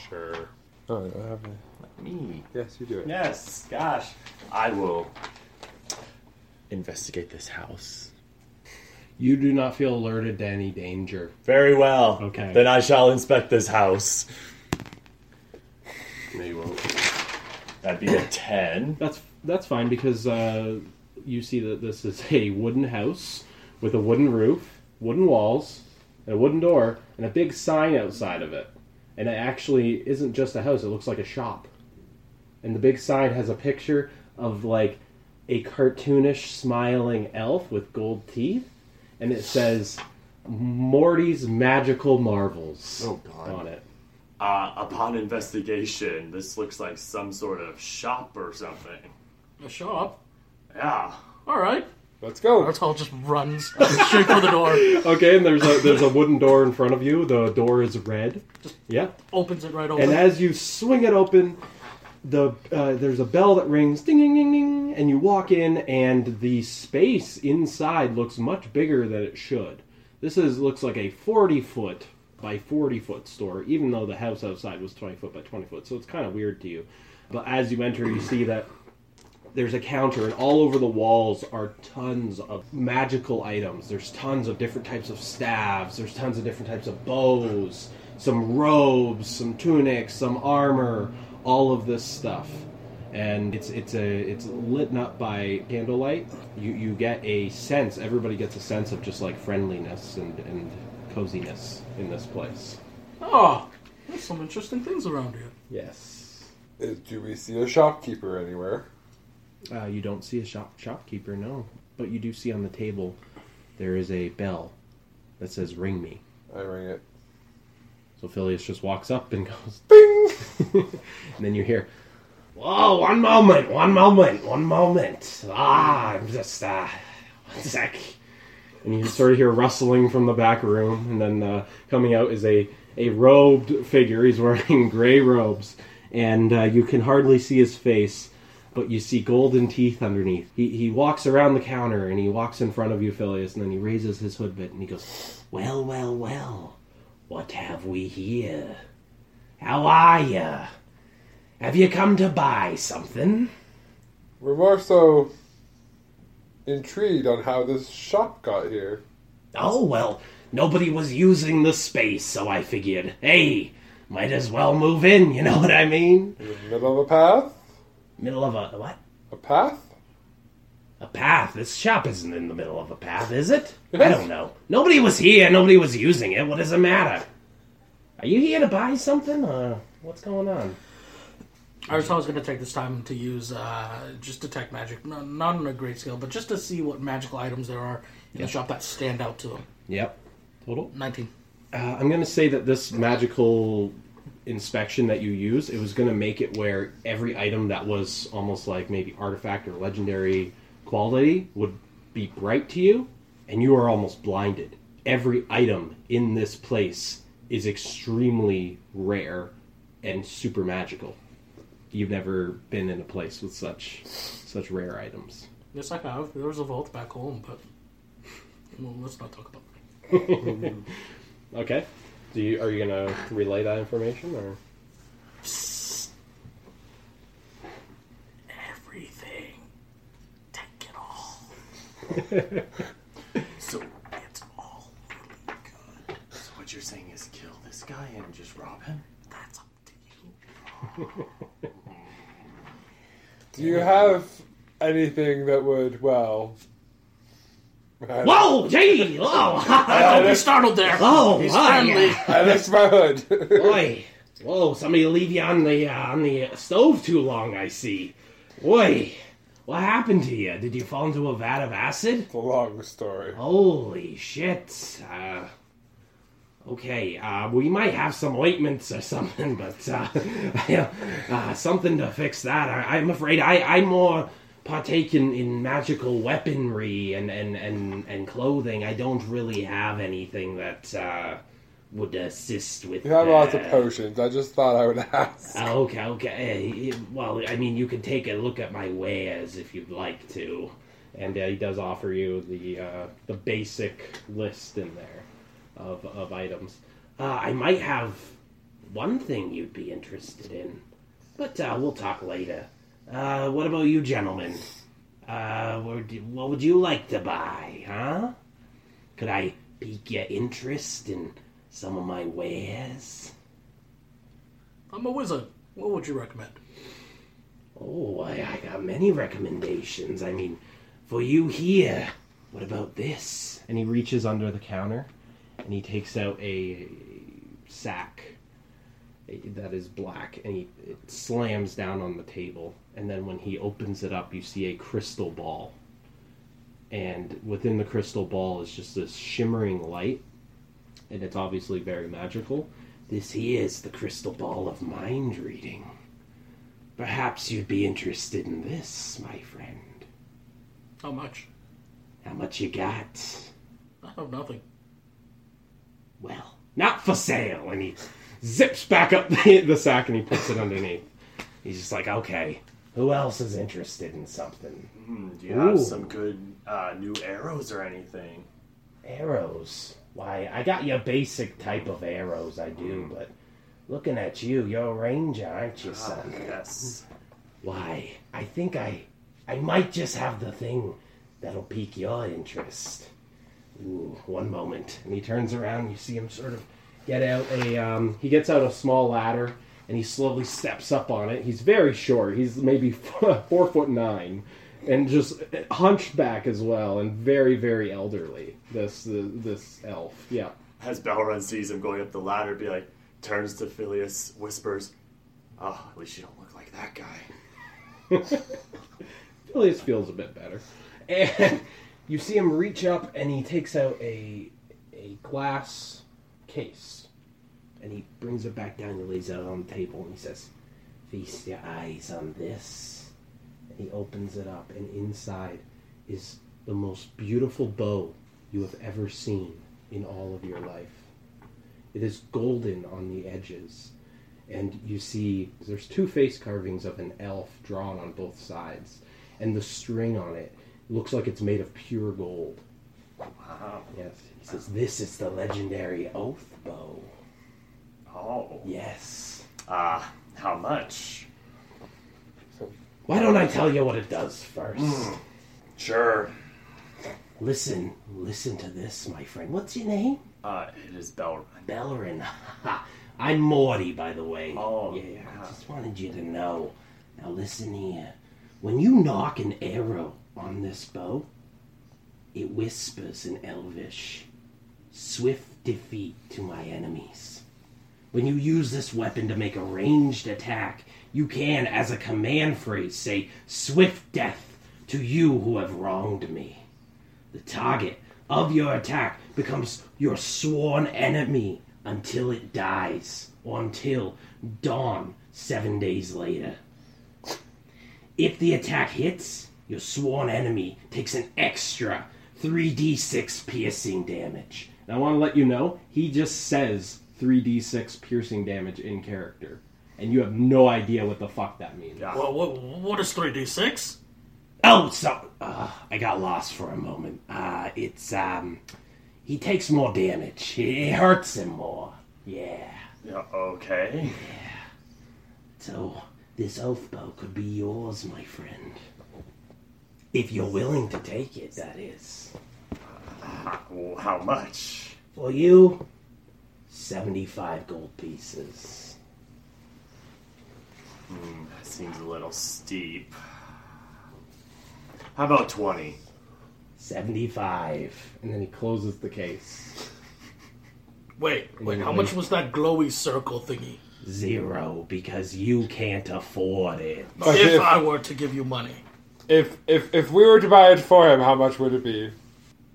C: Sure. Oh, I have a...
G: Me.
C: Yes, you do it.
G: Yes. Gosh. I will.
D: investigate this house.
B: You do not feel alerted to any danger.
G: Very well.
B: Okay.
G: Then I shall inspect this house.
D: No, you won't.
G: That'd be a 10.
B: That's that's fine because uh, you see that this is a wooden house with a wooden roof, wooden walls, and a wooden door, and a big sign outside of it. And it actually isn't just a house; it looks like a shop. And the big sign has a picture of like a cartoonish smiling elf with gold teeth, and it says Morty's Magical Marvels
D: Oh, God.
B: on it.
G: Uh, upon investigation, this looks like some sort of shop or something.
F: A shop.
G: Yeah.
F: All right.
C: Let's go.
F: Artal just runs <laughs> straight for the door,
B: Okay, and there's a there's a wooden door in front of you. The door is red. Yeah.
F: opens it right
B: And
F: open.
B: as you swing it open, the uh, there's a bell that rings, ding ding ding ding, and you walk in, and the space inside looks much bigger than it should. This is looks like a forty foot by forty foot store, even though the house outside was twenty foot by twenty foot, so it's kind of weird to you. But as you enter, you see that there's a counter and all over the walls are tons of magical items there's tons of different types of staves there's tons of different types of bows some robes some tunics some armor all of this stuff and it's it's a it's lit up by candlelight you you get a sense everybody gets a sense of just like friendliness and and coziness in this place
F: oh, there's some interesting things around here.
B: yes
C: Is- Uh, do we see a shopkeeper anywhere?
B: Uh, you don't see a shop shopkeeper, no. But you do see on the table there is a bell that says "Ring me."
C: I ring it.
B: So Phileas just walks up and <laughs> goes "Bing," and then you hear, "Whoa! One moment, one moment, one moment. Ah, I'm just uh, one sec." And you sort of hear rustling from the back room, and then uh, coming out is a a robed figure. He's wearing <laughs> gray robes, and uh, you can hardly see his face but you see golden teeth underneath. He, he walks around the counter and he walks in front of you, Phileas, and then he raises his hood bit and he goes, Well, well, well, what have we here?
H: How are ya? Have you come to buy something?
C: We're more so intrigued on how this shop got here.
H: Oh, well, nobody was using the space, so I figured, hey, might as well move in, you know <laughs> what I mean?
C: In the middle of a path?
H: Middle of a what?
C: A path?
H: A path. This shop isn't in the middle of a path, is it? <laughs>
C: It
H: I
C: is.
H: don't know. Nobody was here, nobody was using it. What does it matter? Are you here to buy something? Uh, what's going on?
F: I was going to take this time to use uh, just detect magic, no, not on a great scale, but just to see what magical items there are in the shop that stand out to him.
B: Yep. Total.
F: Nineteen.
B: Uh, I'm gonna say that this magical inspection that you use, it was gonna make it where every item that was almost like maybe artifact or legendary quality would be bright to you, and you are almost blinded. Every item in this place is extremely rare and super magical. You've never been in a place with such such rare items.
F: Yes, I have. There was a vault back home, but well, let's not talk about. That.
B: Okay. Do you, are you gonna relay that information or?
F: everything. Take it all. so it's all really good.
G: So what you're saying is kill this guy and just rob him?
F: That's up to you.
C: Do you have anything that would,
D: <laughs>
C: well.
H: Whoa, gee, whoa, <laughs>
F: Don't be startled there.
H: Oh,
F: he's
H: my.
F: friendly.
C: I licked my hood.
H: boy, whoa! Somebody leave you on the uh, on the stove too long. I see. Boy, what happened to you? Did you fall into a vat of acid?
C: it's a long story.
H: Holy shit. Uh, okay, uh, we might have some ointments or something, <laughs> but uh, <laughs> uh, something to fix that. I, I'm afraid I, I more partake in, in magical weaponry and, and, and, and clothing. I don't really have anything that uh, would assist with
C: You have lots of
H: uh,
C: potions. I just thought I would ask.
H: Oh, okay, okay. Eh, Well, I mean, you can take a look at my wares if you'd like to.
B: and uh, he does offer you the uh, the basic list in there of of items.
H: Uh, I might have one thing you'd be interested in, but uh, we'll talk later. Uh, what about you, gentlemen? Uh, what would you, what would you like to buy, huh? Could I pique your interest in some of my wares?
F: I'm a wizard. What would you recommend?
H: Oh, I, I got many recommendations. I mean, for you here, what about this?
B: And he reaches under the counter, and he takes out a sack that is black, and he it slams down on the table. And then when he opens it up, you see a crystal ball, and within the crystal ball is just this shimmering light, and it's obviously very magical.
H: This here is the crystal ball of mind reading. Perhaps you'd be interested in this, my friend.
F: How much?
H: How much you got?
F: I have nothing.
H: Well, not for sale. And he,
B: zips back up the, the sack and he puts it underneath.
H: he's just like, okay, who else is interested in something?
G: Hmm, do you have
H: Ooh.
G: some good uh, new arrows or anything?
H: Arrows. Why, I got your basic type of arrows, I
G: Mm.
H: do, but looking at you, you're a ranger, aren't you,
G: Ah,
H: son?
G: yes.
H: Why, I think I, I might just have the thing that'll pique your interest. Ooh, one moment.
B: And he turns around, you see him sort of get out a. Um, he gets out a small ladder and he slowly steps up on it. He's very short. He's maybe <laughs> four foot nine, and just uh, hunchback as well, and very very elderly. This uh, this elf, yeah.
G: As Balrun sees him going up the ladder, be like, turns to Phileas, whispers, "Ah, at least you don't look like that guy."
B: Phileas feels a bit better. And you see him reach up and he takes out a a glass case.
H: And he brings it back down and lays it on the table and he says, Feast your eyes on this.
B: And he opens it up and inside is the most beautiful bow you have ever seen in all of your life. It is golden on the edges. And you see there's two face carvings of an elf drawn on both sides. And the string on it looks like it's made of pure gold.
G: Wow.
B: Yes.
H: He says, This is the legendary oath bow.
G: Oh.
H: Yes.
G: Uh, how much?
H: Why don't I tell you what it does first?
G: Sure.
H: Listen, listen to this, my friend. What's your name?
G: Uh, it is Belrun.
H: Belrin. <laughs> I'm Morty, by the way.
G: Oh,
H: yeah.
G: yeah.
H: I just wanted you to know. Now listen here. When you knock an arrow on this bow, it whispers in Elvish, "Swift defeat to my enemies." When you use this weapon to make a ranged attack, you can, as a command phrase, say, Swift death to you who have wronged me. The target of your attack becomes your sworn enemy until it dies, or until dawn seven days later. If the attack hits, your sworn enemy takes an extra 3d6 piercing damage.
B: And I want to let you know, he just says 3d6 piercing damage in character. And you have no idea what the fuck that means.
G: Yeah.
F: Well, what, what is 3d6?
H: Oh, so uh, I got lost for a moment. Uh, it's um, he takes more damage. It hurts him more. Yeah.
G: Yeah, okay.
H: So this oath bow could be yours, my friend, if you're willing to take it. That is
G: Well, how much?
H: for you. Seventy-five gold pieces.
G: That seems a little steep. How about 20?
H: Seventy-five.
B: And then he closes the case.
F: Wait, wait, how much was that glowy circle thingy?
H: Zero, because you can't afford it.
C: But
F: if
C: if-
F: I were to give you money.
C: If if if we were to buy it for him, how much would it be?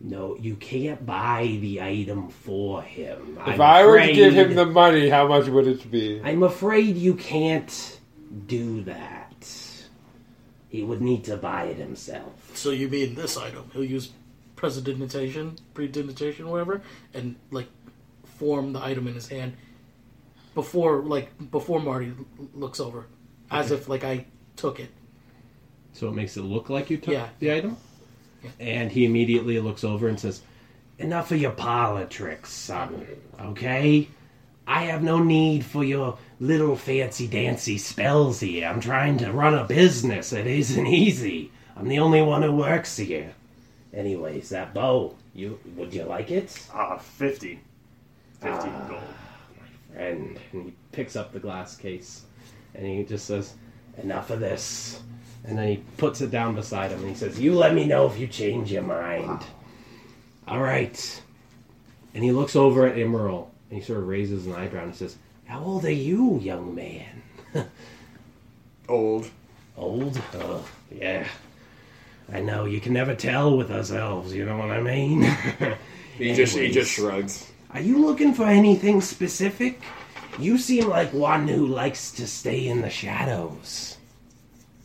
H: No, you can't buy the item for him.
C: If i were to give him the money, how much would it be?
H: I'm afraid you can't do that. He would need to buy it himself.
F: So you mean this item? He'll use presidentation, predigitation, whatever, and like form the item in his hand before like before Marty l- looks over, as if like I took it.
B: So it makes it look like you took
F: Yeah.
B: the item. And he immediately looks over and says,
H: Enough of your politics, son. Okay? I have no need for your little fancy dancy spells here. I'm trying to run a business. It isn't easy. I'm the only one who works here. Anyways, that bow. You would you like it?
G: Uh, 50. 50 gold.
H: And
B: and he picks up the glass case and he just says,
H: enough of this.
B: and then he puts it down beside him and he says,
H: You let me know if you change your mind.
B: All right. And he looks over at Emerald and he sort of raises an eyebrow and he says,
H: How old are you, young
B: <laughs>
H: man?
D: Old.
H: Old? Oh, yeah. I know, you can never tell with us elves, you know what I mean?
D: <laughs> He just, he
H: Anyways.
D: just shrugs.
H: Are you looking for anything specific? You seem like one who likes to stay in the shadows.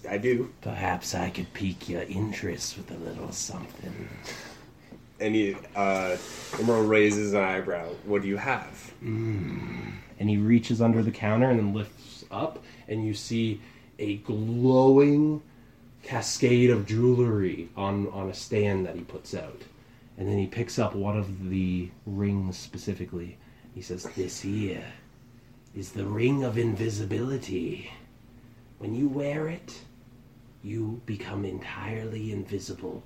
D: I do.
H: Perhaps I could pique your interest with a little something.
D: And he, uh, Emerald raises an eyebrow. What do you have?
B: and he reaches under the counter and then lifts up and you see a glowing cascade of jewelry on on a stand that he puts out and then he picks up one of the rings specifically
H: He says, This here is the ring of invisibility. When you wear it, you become entirely invisible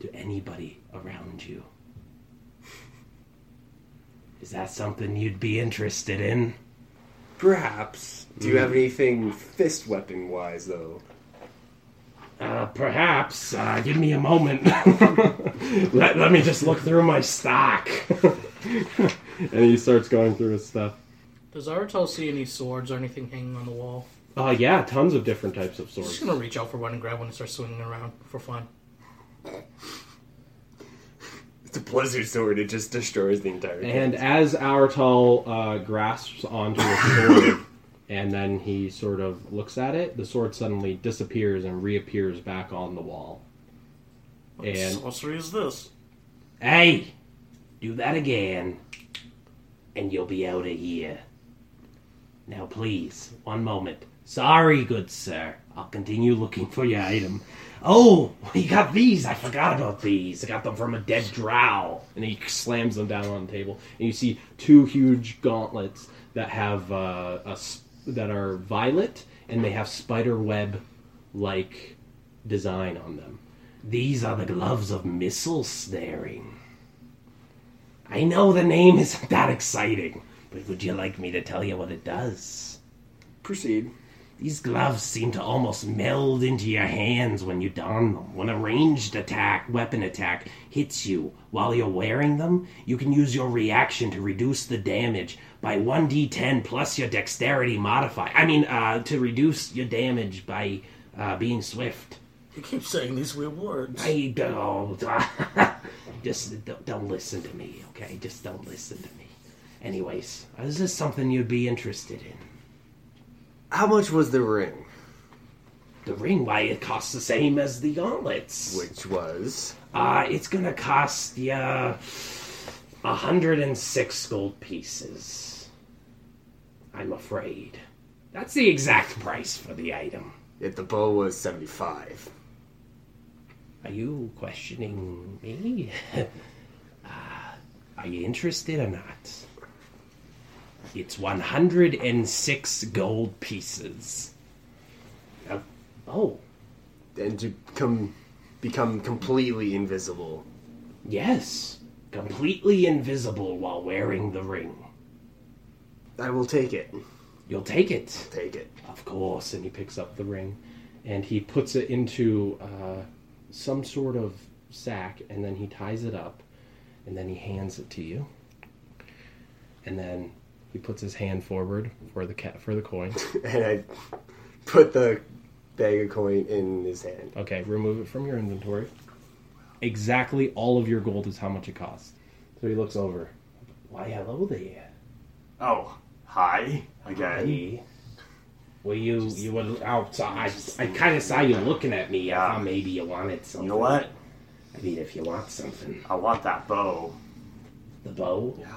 H: to anybody around you. Is that something you'd be interested in?
D: Perhaps. Do
B: Mm.
D: you have anything fist weapon wise, though?
H: Uh, perhaps. Uh, give me a moment. <laughs> let, let me just look through my stock.
B: <laughs> and he starts going through his stuff
F: Does Arato see any swords or anything hanging on the wall?
B: uh yeah tons of different types of
F: I'm just
B: swords
F: gonna reach out for one and grab one and start swinging around for fun.
D: It's a Blizzard sword. It just destroys the entire thing.
B: and as Aratal uh, grasps onto a sword and then he sort of looks at it the sword suddenly disappears and reappears back on the wall
F: What
B: And-
F: sorcery is this?
H: hey, do that again, and you'll be out of here. Now, please, one moment. Sorry, good sir. I'll continue looking for your item. Oh, you got these. I forgot about these. I got them from a dead drow.
B: and he slams them down on the table. And you see two huge gauntlets that have uh, a s-
H: that are violet and they have spider web like design on them. These are the gloves of missile snaring. I know the name isn't that exciting, but would you like me to tell you what it does?
D: Proceed.
H: These gloves seem to almost meld into your hands when you don them. When a ranged attack, weapon attack, hits you while you're wearing them, you can use your reaction to reduce the damage by 1d10 plus your dexterity modifier. I mean, uh, to reduce your damage by uh, being swift.
F: You keep saying these weird words.
H: I don't. <laughs> just don't, don't listen to me, okay? Just don't listen to me. Anyways, is this something you'd be interested in?
D: How much was the ring?
H: The ring, why it costs the same as the gauntlets.
D: Which was
H: Uh, it's gonna cost you a hundred and six gold pieces. I'm afraid. That's the exact price for the item.
D: if the bow was seventy-five.
H: Are you questioning me? <laughs> uh, are you interested or not? It's 106 gold pieces. Uh, oh,
D: and to come become completely invisible.
H: yes. Completely invisible while wearing the ring.
D: I will take it.
H: You'll take it.
D: Take it. <laughs>
H: Of course. And he picks up the ring and he puts it into uh, some sort of sack and then he ties it up and then he hands it to you. And then he puts his hand forward for the cat for the coin.
D: And I put the bag of coin in his hand.
H: Okay, remove it from your inventory. Exactly all of your gold is how much it costs. So he looks over. Why, hello there.
G: Oh, hi again.
H: Hey. Well, you you were outside. I, I kind of saw you looking at me. I thought maybe you wanted something.
G: You know what?
H: I mean, if you want something,
G: I want that bow.
H: the bow. <sighs>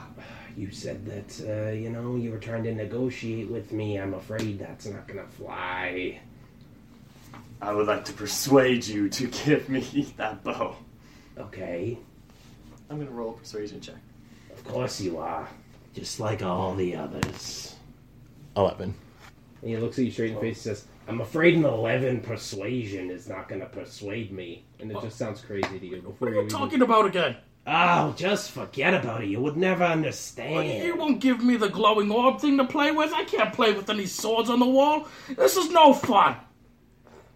H: You said that uh, you know you were trying to negotiate with me. I'm afraid that's not gonna fly.
G: I would like to persuade you to <laughs> give me that bow.
H: Okay,
J: I'm gonna roll a persuasion check.
H: of course you are, just like all the others.
J: Eleven.
H: And he looks at you straight in the face and says, "I'm afraid an eleven persuasion is not gonna persuade me." And
F: Oh.
H: it just sounds crazy to you. Before
F: What are
H: you
F: you
H: even-
F: talking about again?
H: Oh, just forget about it. You would never understand.
F: Oh, You won't give me the glowing orb thing to play with. I can't play with any swords on the wall. This is no fun.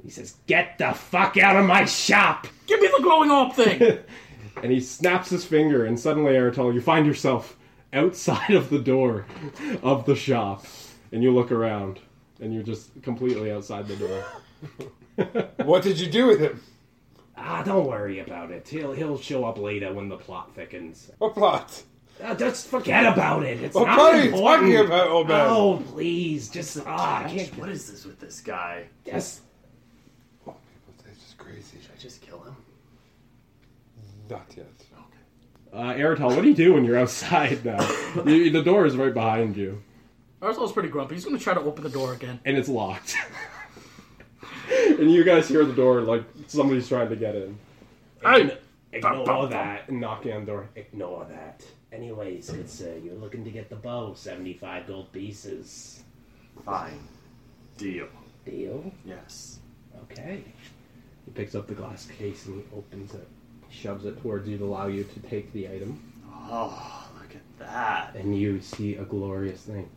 H: He says, "Get the fuck out of my shop."
F: Give me the glowing
B: <laughs>
F: orb thing.
B: and he snaps his finger, and suddenly, Aratel, you find yourself outside of the door of the shop, and you look around, and you're just completely outside the door.
C: What did you do with him?
H: Ah, don't worry about it. He'll he'll show up later when the plot thickens.
C: What plot?
H: Ah, just forget about it. It's
C: What
H: not
C: plot are you
H: important.
C: talking about, old man?
H: Oh, please, just ah, I can't.
G: What is this with this guy?
H: Yes,
C: This is crazy.
J: Did I just kill him?
C: Not yet.
B: Uh, Aratel, what do you do when you're outside
F: <laughs>
B: now? You- the door is right behind you,
F: Arthel's pretty grumpy. He's gonna try to open the door again.
B: and it's locked. <laughs> and you guys hear the door like somebody's trying to get in
F: Hey,
H: ignore that.
B: and knocking on the door.
H: Ignore that. Anyways, good sir, you're looking to get the bow, seventy-five gold pieces.
G: Fine. Deal.
H: Deal.
G: Yes.
H: Okay. He picks up the glass case and he opens it, shoves it towards you to allow you to take the item.
G: Oh, look at that.
H: and you see a glorious thing.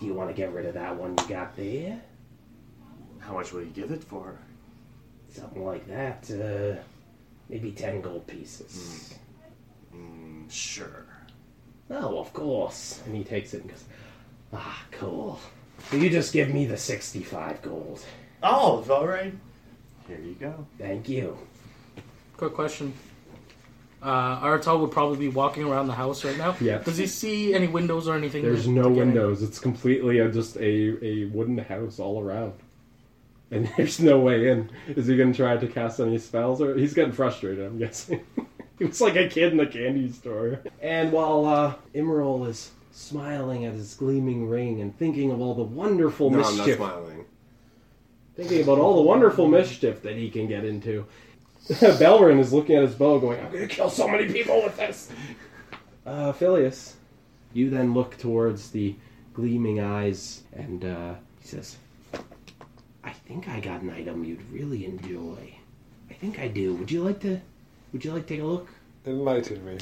H: Do you want to get rid of that one you got there?
G: How much will you give it for?
H: Something like that. Uh, maybe 10 gold pieces.
G: Mm, sure.
H: Oh, of course. And he takes it and goes, Ah, cool. So you just give me the 65 gold.
J: Oh, all right.
G: Here you go.
H: Thank you.
F: Quick question. Uh, Artel would probably be walking around the house right now.
B: Yeah.
F: Does he see any windows or anything?
B: There's
F: to-
B: no
F: to get in?
B: windows. It's completely a, just a, a wooden house all around. And <laughs> there's no way in. Is he going to try to cast any spells? Or he's getting frustrated, I'm guessing. <laughs> he was like a kid in a candy store.
H: And while uh, Emerald is smiling at his gleaming ring and thinking of all the wonderful
D: No, I'm not
H: mischief,
D: smiling.
B: Thinking about all the wonderful mischief that he can get
H: <laughs>
B: into. Belrin is looking at his bow, going, "I'm going to kill so many people with this." Uh, Phileas, you then look towards the
H: gleaming eyes, and uh, he says, "I think I got an item you'd really enjoy. I think I do. Would you like to? Would you like to take a look?"
C: Enlighten me.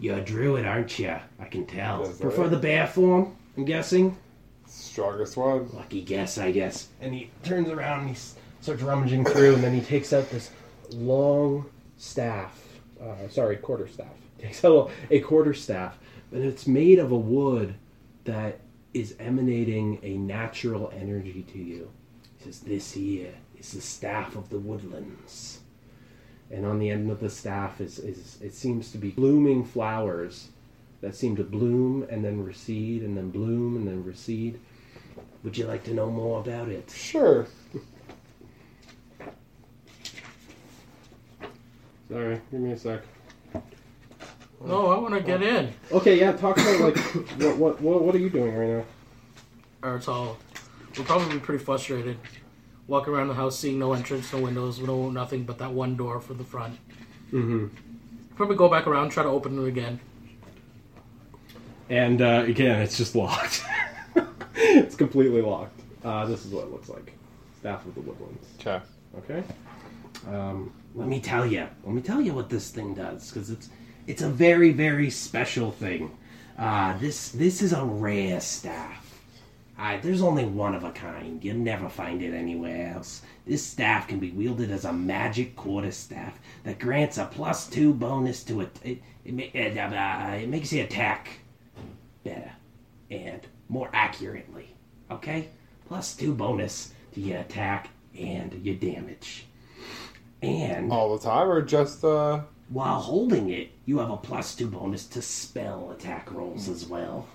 H: You're a druid, aren't you? I can tell.
C: Yes, I
H: Prefer
C: am.
H: the bear form, I'm guessing.
C: Strongest one.
H: Lucky guess, I guess. And he turns around and he s- starts rummaging through, and then he takes out this long staff. Uh, sorry, quarter staff. <laughs> Takes out a quarter staff, and it's made of a wood that is emanating a natural energy to you. He says, "This here is the staff of the woodlands." and on the end of the staff is, is it seems to be blooming flowers that seem to bloom and then recede and then bloom and then recede. Would you like to know more about it?
C: Sure.
B: Sorry, give me a sec.
F: No, I want to get in.
B: Okay, yeah, talk about like what what what, what are you doing right now?
F: Or it's all. We'll probably be pretty frustrated. Walking around the house, seeing no entrance, no windows, no nothing but that one door for the front.
B: Mm-hmm.
F: Probably go back around, try to open it again.
B: And uh, again, it's just locked. <laughs> it's completely locked. Uh, this is what it looks like. Staff of the Woodlands.
C: Okay.
B: Okay. Um,
H: Let me tell you. Let me tell you what this thing does, because it's it's a very very special thing. Uh, this this is a rare staff. Uh, there's only one of a kind. You'll never find it anywhere else. This staff can be wielded as a magic quarter staff that grants a plus two bonus to it. It, it, ma- it, uh, uh, it makes the attack better and more accurately. Okay, plus two bonus to your attack and your damage. And
C: All the time or just uh
H: while holding it, you have a plus two bonus to spell attack rolls as well.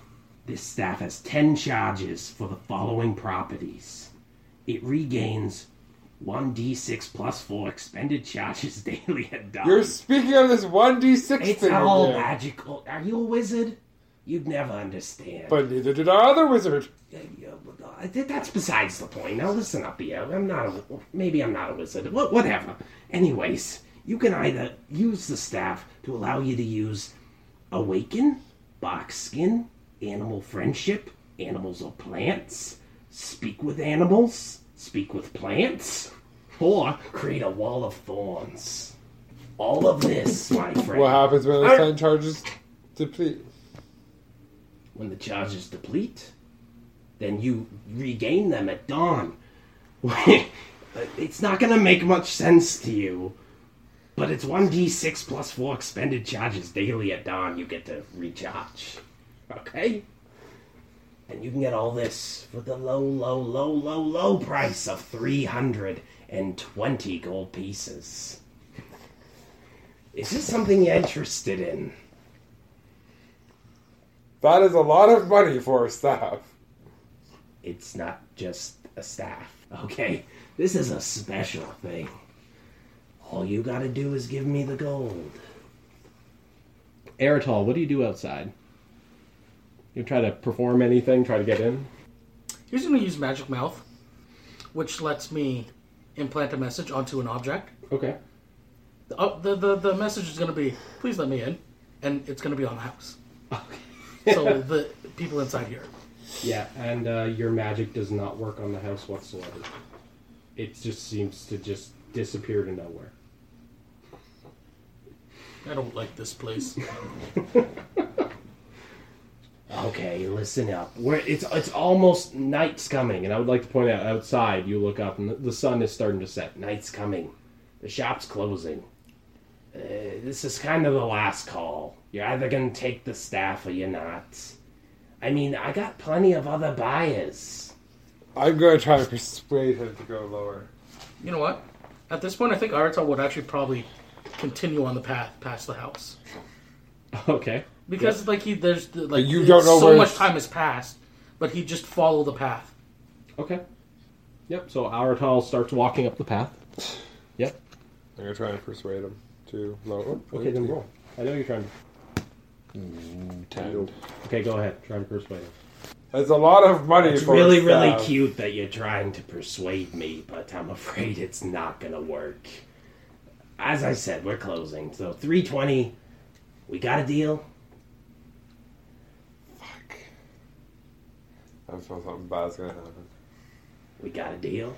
H: This staff has 10 charges for the following properties it regains 1d6 plus 4 expended charges <laughs> daily at dawn.
C: You're speaking of this one D six
H: it's
C: thing.
H: all
C: again.
H: magical. Are you a wizard? You'd never understand.
C: But neither did our other wizard.
H: Yeah, yeah, but, uh, th- that's besides the point. Now listen up, yeah. I'm not a maybe I'm not a wizard. Wha- whatever. Anyways, you can either use the staff to allow you to use awaken, box skin, animal friendship, animals or plants, speak with animals, speak with plants, or create a wall of thorns. All of this, my friend.
C: What happens when the ten charges deplete?
H: when the charges deplete, then you regain them at dawn. <laughs> it's not going to make much sense to you, but it's 1d6 plus 4 expended charges daily at dawn you get to recharge. Okay? And you can get all this for the low, low, low, low, low price of 320 gold pieces. Is this something you're interested in?
C: That is a lot of money for a staff.
H: it's not just a staff. Okay, this is a special thing. All you gotta do is give me the gold.
B: Eritol, what do you do outside? You try to perform anything? Try to get in?
F: He's going to use Magic Mouth, which lets me implant a message onto an object.
B: Okay.
F: The, uh, the, the, the message is going to be, please let me in, and it's going to be on the house. so the people inside here.
B: Yeah, and uh, your magic does not work on the house whatsoever. It just seems to just disappear to nowhere.
F: I don't like this place.
H: Okay, listen up.
B: Where it's it's almost night's coming, and I would like to point out outside. You look up, and the, the sun is starting to set.
H: Night's coming. The shop's closing. Uh, this is kind of the last call. You're either gonna take the staff or you're not. I mean, I got plenty of other buyers.
C: I'm gonna try to persuade him to go lower.
F: You know what? At this point, I think Aratal would actually probably continue on the path past the house
B: Okay.
F: because, like, he there's the, like
C: you don't
F: it's
C: know
F: so
C: where-
F: much time has passed, but he just follow the path.
B: Okay. Yep. So Aratal starts walking up the path. Yep.
C: I'm gonna try and persuade him to lower.
B: Okay, then roll. I know you're trying. to...
C: Ten.
B: Okay, go ahead. Try to persuade him.
C: That's a lot of money
H: It's
C: for
H: really,
C: a
H: really
C: staff.
H: cute that you're trying to persuade me, but I'm afraid it's not gonna work. As I said, we're closing, so 320. We got a deal.
C: I'm sure something bad's gonna happen.
H: We got a deal.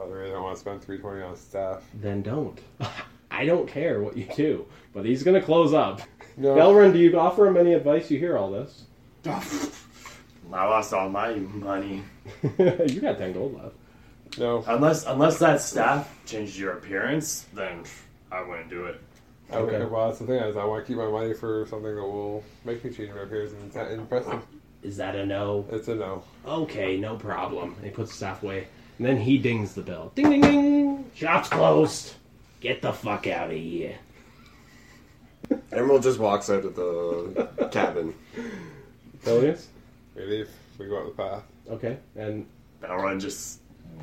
C: I really don't want to spend 320 on staff.
B: Then don't. I don't care what you do, but he's gonna close <laughs> up.
C: No.
B: Belrun, do you offer him any advice? You hear all this.
G: I lost all my money.
B: <laughs> you got ten gold left.
C: No,
G: Unless unless that staff changed your appearance, then I wouldn't do it.
C: I okay. well, that's the thing is I want to keep my money for something that will make me change my appearance and ta- impress them.
H: Is that a no?
C: It's a no.
H: Okay, no problem. And he puts the staff away. And then he dings the bell. Ding, ding, ding. Shop's closed. Get the fuck out of here.
D: Emerald just walks out of the <laughs> cabin.
B: Billions?
C: We leave. We go out the path.
B: Okay. And
G: Balron just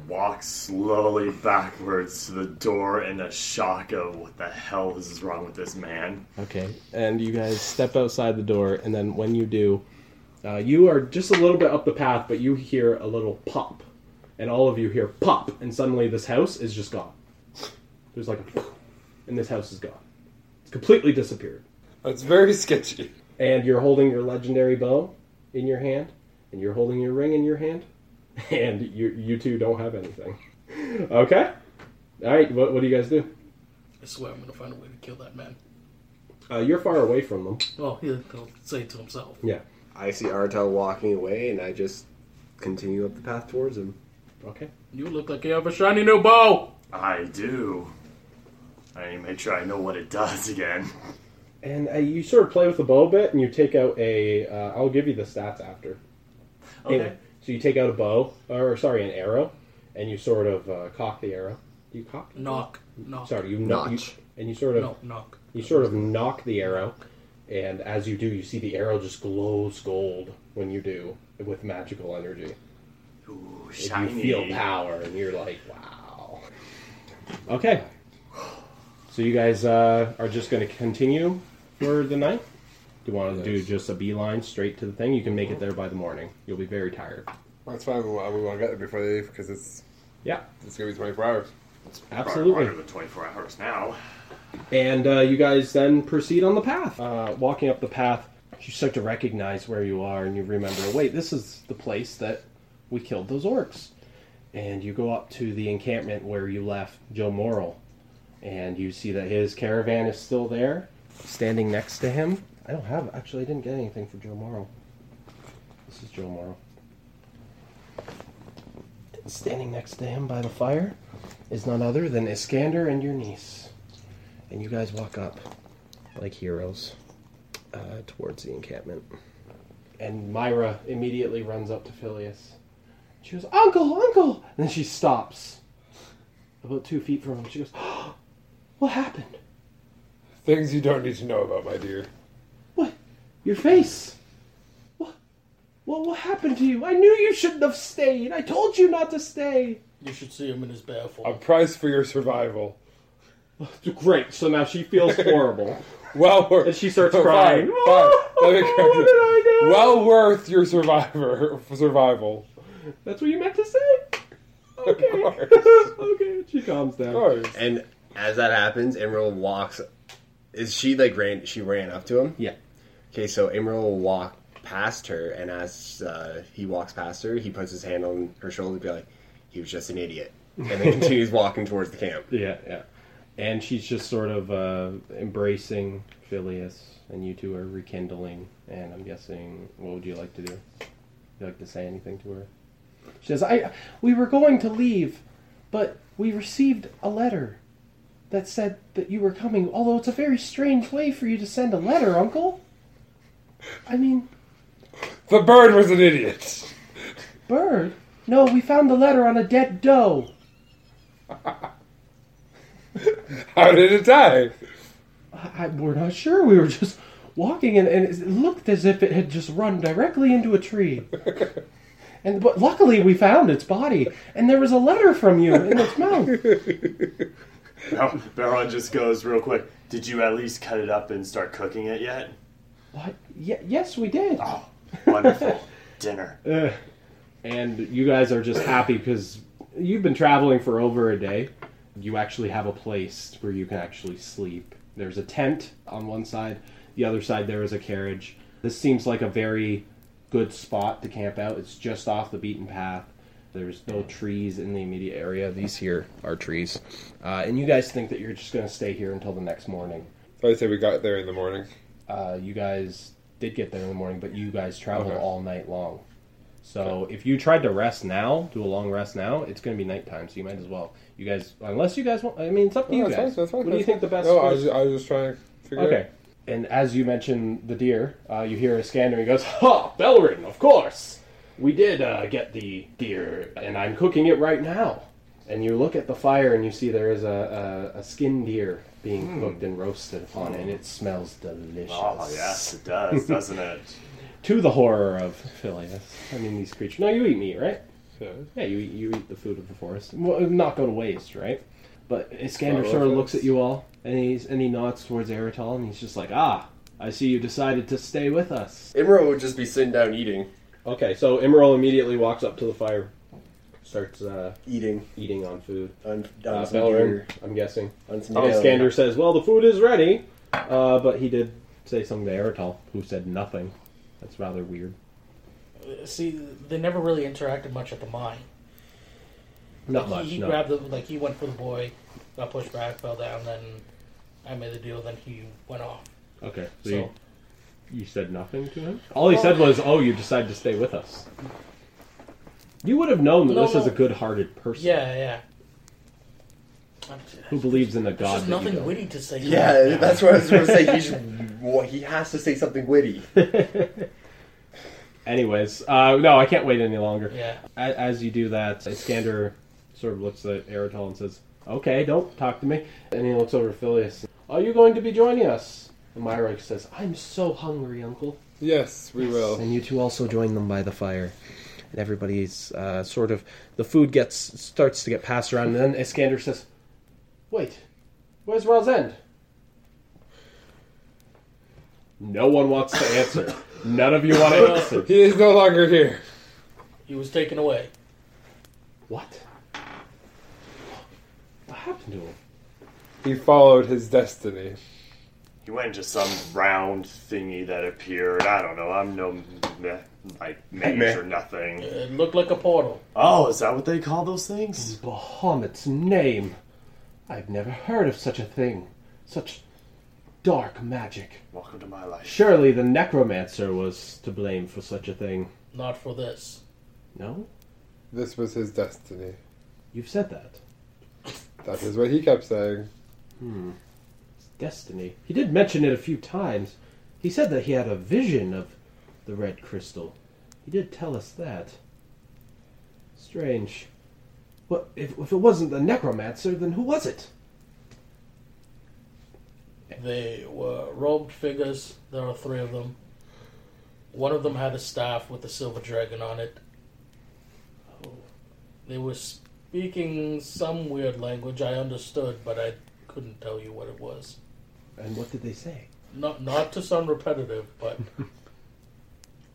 G: walks slowly backwards to the door in a shock of what the hell is wrong with this man.
B: Okay, and you guys step outside the door, and then when you do, uh, you are just a little bit up the path, but you hear a little pop, and all of you hear pop, and suddenly this house is just gone. There's like a, and this house is gone. It's completely disappeared.
C: That's very sketchy.
B: And you're holding your legendary bow in your hand, and you're holding your ring in your hand, <laughs> and you you two don't have anything. <laughs> Okay, all right. What what do you guys do?
F: I swear I'm gonna find a way to kill that man.
B: Uh, you're far away from them.
F: Well, he'll, he'll say it to himself.
B: Yeah.
D: I see Artel walking away, and I just continue up the path towards him.
B: Okay.
F: You look like you have a shiny new bow.
G: I do. I need to make sure I know what it does again.
B: And uh, you sort of play with the bow a bit, and you take out a. Uh, I'll give you the stats after.
G: Okay.
B: so you take out a bow, or sorry, an arrow, and you sort of uh, cock the arrow. You cock?
F: Knock, knock.
B: Sorry, you knock. you-
D: Notch.
B: and you sort of
F: no, knock.
B: you sort of knock the arrow, and as you do, you see the arrow just glows gold when you do with magical energy.
G: Ooh,
B: And
G: shiny.
B: you feel power, and you're like, wow. Okay. So you guys uh, are just going to continue for the night. Do you want to do just a beeline straight to the thing? You can make it there by the morning. You'll be very tired.
C: That's fine. We want, we want to get there before they leave because it's
B: Yeah,
C: it's gonna be 24 hours.
B: absolutely.
G: Under the 24 hours now.
B: And uh, you guys then proceed on the path. Uh, walking up the path, you start to recognize where you are, and you remember, wait, this is the place that we killed those orcs. And you go up to the encampment where you left Joe Morrill, and you see that his caravan is still there, standing next to him. I don't have actually. I didn't get anything for Joe Morrill. This is Joe Morrill. Standing next to him by the fire is none other than Iskander and your niece and you guys walk up like heroes uh, towards the encampment. And Myra immediately runs up to Phileas. She goes, "Uncle, Uncle!" And then she stops about two feet from him. She goes, <gasps> "What happened?
C: Things you don't need to know about, my dear.
B: What? Your face? What? What? What happened to you? I knew you shouldn't have stayed. I told you not to stay."
F: You should see him in his bear
C: A
F: form.
C: price for your survival.
B: Great. So now she feels horrible,
C: Well worth.
B: and she
C: <laughs>
B: starts
C: Fine,
B: crying.
C: fine.
B: <laughs> "Oh,
C: Let me
B: what
C: correct
B: did I
C: it.
B: do?"
C: Well worth your survivor <laughs> survival.
B: <laughs> That's what you meant to say? Okay.
C: course.
B: <laughs> okay, she calms
C: Of
B: down.
C: course.
D: And as that happens, Emerald walks. Is she like ran? She ran up to him.
B: Yeah.
D: Okay, so Emerald will walk past her, and as uh, he walks past her, he puts his hand on her shoulder and be like, "He was just an idiot," and then continues walking towards the camp.
B: Yeah, yeah. And she's just sort of uh, embracing Phileas, and you two are rekindling. And I'm guessing, what would you like to do? You like to say anything to her? She says, "I, we were going to leave, but we received a letter that said that you were coming. Although it's a very strange way for you to send a letter, Uncle. I mean,
C: The bird was an idiot.
B: bird. No, we found the letter on a dead doe."
C: How did it die?
B: I, we're not sure. We were just walking, and, and it looked as if it had just run directly into a tree. and but luckily, we found its body, and there was a letter from you in its mouth.
G: Now, Baron just goes real quick. Did you at least cut it up and start cooking it yet?
B: what? Ye- yes, we did.
G: Oh, wonderful.
B: <laughs>
G: Dinner.
B: And you guys are just happy because you've been traveling for over a day. You actually have a place where you can actually sleep. There's a tent on one side, the other side, there is a carriage. This seems like a very good spot to camp out. It's just off the beaten path. There's no trees in the immediate area. These here are trees. Uh, and you guys think that you're just going to stay here until the next morning.
C: I'd say we got there in the morning.
B: Uh, you guys did get there in the morning, but you guys traveled
C: Okay.
B: all night long. So if you tried to rest now, do a long rest now, it's going to be nighttime. So you might as well. You guys, unless you guys want, I mean, it's up to
C: No,
B: you
C: that's
B: guys.
C: fine, that's fine,
B: what do you
C: that's
B: think the
C: fine.
B: best?
C: No, I
B: course-
C: was, I was just trying to figure
B: Okay.
C: it out.
B: And as you mentioned the deer, uh, you hear a scanner. He goes, "Ha, Belrin, of course. We did uh, get the deer, and I'm cooking it right now." And you look at the fire, and you see there is a, a, a skin deer being
C: Hmm.
B: cooked and roasted upon it, and it smells delicious.
G: Oh, yes, it does, doesn't it?
B: To the horror of Phileas. I mean, these creatures. No, you eat meat, right?
C: Yeah.
B: Yeah, you eat, you eat the food of the forest. Well, it would not go to waste, right? But Iskander
C: Not
B: sort of
C: worth it.
B: looks at you all, and he's and he nods towards Eritol, and he's just like, "Ah, I see you decided to stay with us."
D: Imro would just be sitting down eating.
I: Okay, so Emerald immediately walks up to the fire, starts uh,
D: Eating.
I: eating on food.
D: On, on
I: Uh,
D: some
I: Belrin,
D: deer.
I: I'm guessing.
D: On some
B: And
D: deer.
B: Iskander says, "Well, the food is ready," uh, but he did say something to Eritol, who said nothing. That's rather weird.
F: See, they never really interacted much at the mine.
B: Not
F: He-
B: much.
F: He
B: no.
F: grabbed the like he went for the boy, got pushed back, fell down. Then I made the deal. Then he went off.
B: Okay, so,
F: So,
B: You, you said nothing to him. All he said was, "Oh, you decided to stay with us." You would have known that
F: No,
B: this is a
F: no.
B: good-hearted person
F: yeah, yeah. I'm just-
B: who believes in a
F: There's
B: god.
F: just
B: that you
F: nothing
B: don't.
F: witty to say.
D: Yeah, that's what I was going to say. He, should, well, he has to say something witty.
B: Anyways, uh, no, I can't wait any longer.
F: Yeah.
B: A- As you do that, Iskander sort of looks at Eritol and says, "Okay, don't talk to me." And he looks over at Phileas. Are you going to be joining us? And Myrick says, "I'm so hungry, Uncle."
C: Yes, we will.
B: And you two also join them by the fire. And everybody's uh, sort of the food gets starts to get passed around. And then Iskander says, "Wait, where's Rosend?" No one wants to answer. None of you want to answer.
C: He is no longer here.
F: He was taken away.
B: <laughs> What? What happened to him?
C: He followed his destiny.
G: He went to some round thingy that appeared. I don't know. I'm no meh, like mage
D: Meh.
G: or nothing.
F: It looked like a portal.
G: Oh, is that what they call those things?
B: Bahamut's name. I've never heard of such a thing. Such dark magic.
G: Welcome to my life.
B: Surely the necromancer was to blame for such a thing.
F: Not for this.
B: No?
C: This was his destiny.
B: You've said that.
C: That is what he kept saying.
B: It's destiny. He did mention it a few times. He said that he had a vision of the red crystal. He did tell us that. Strange. Well, if, if it wasn't the necromancer, then who was it?
F: They were robed figures. There are three of them. One of them had a staff with a silver dragon on it. They were speaking some weird language I understood, but I couldn't tell you what it was.
B: And what did they say?
F: Not not to sound repetitive, but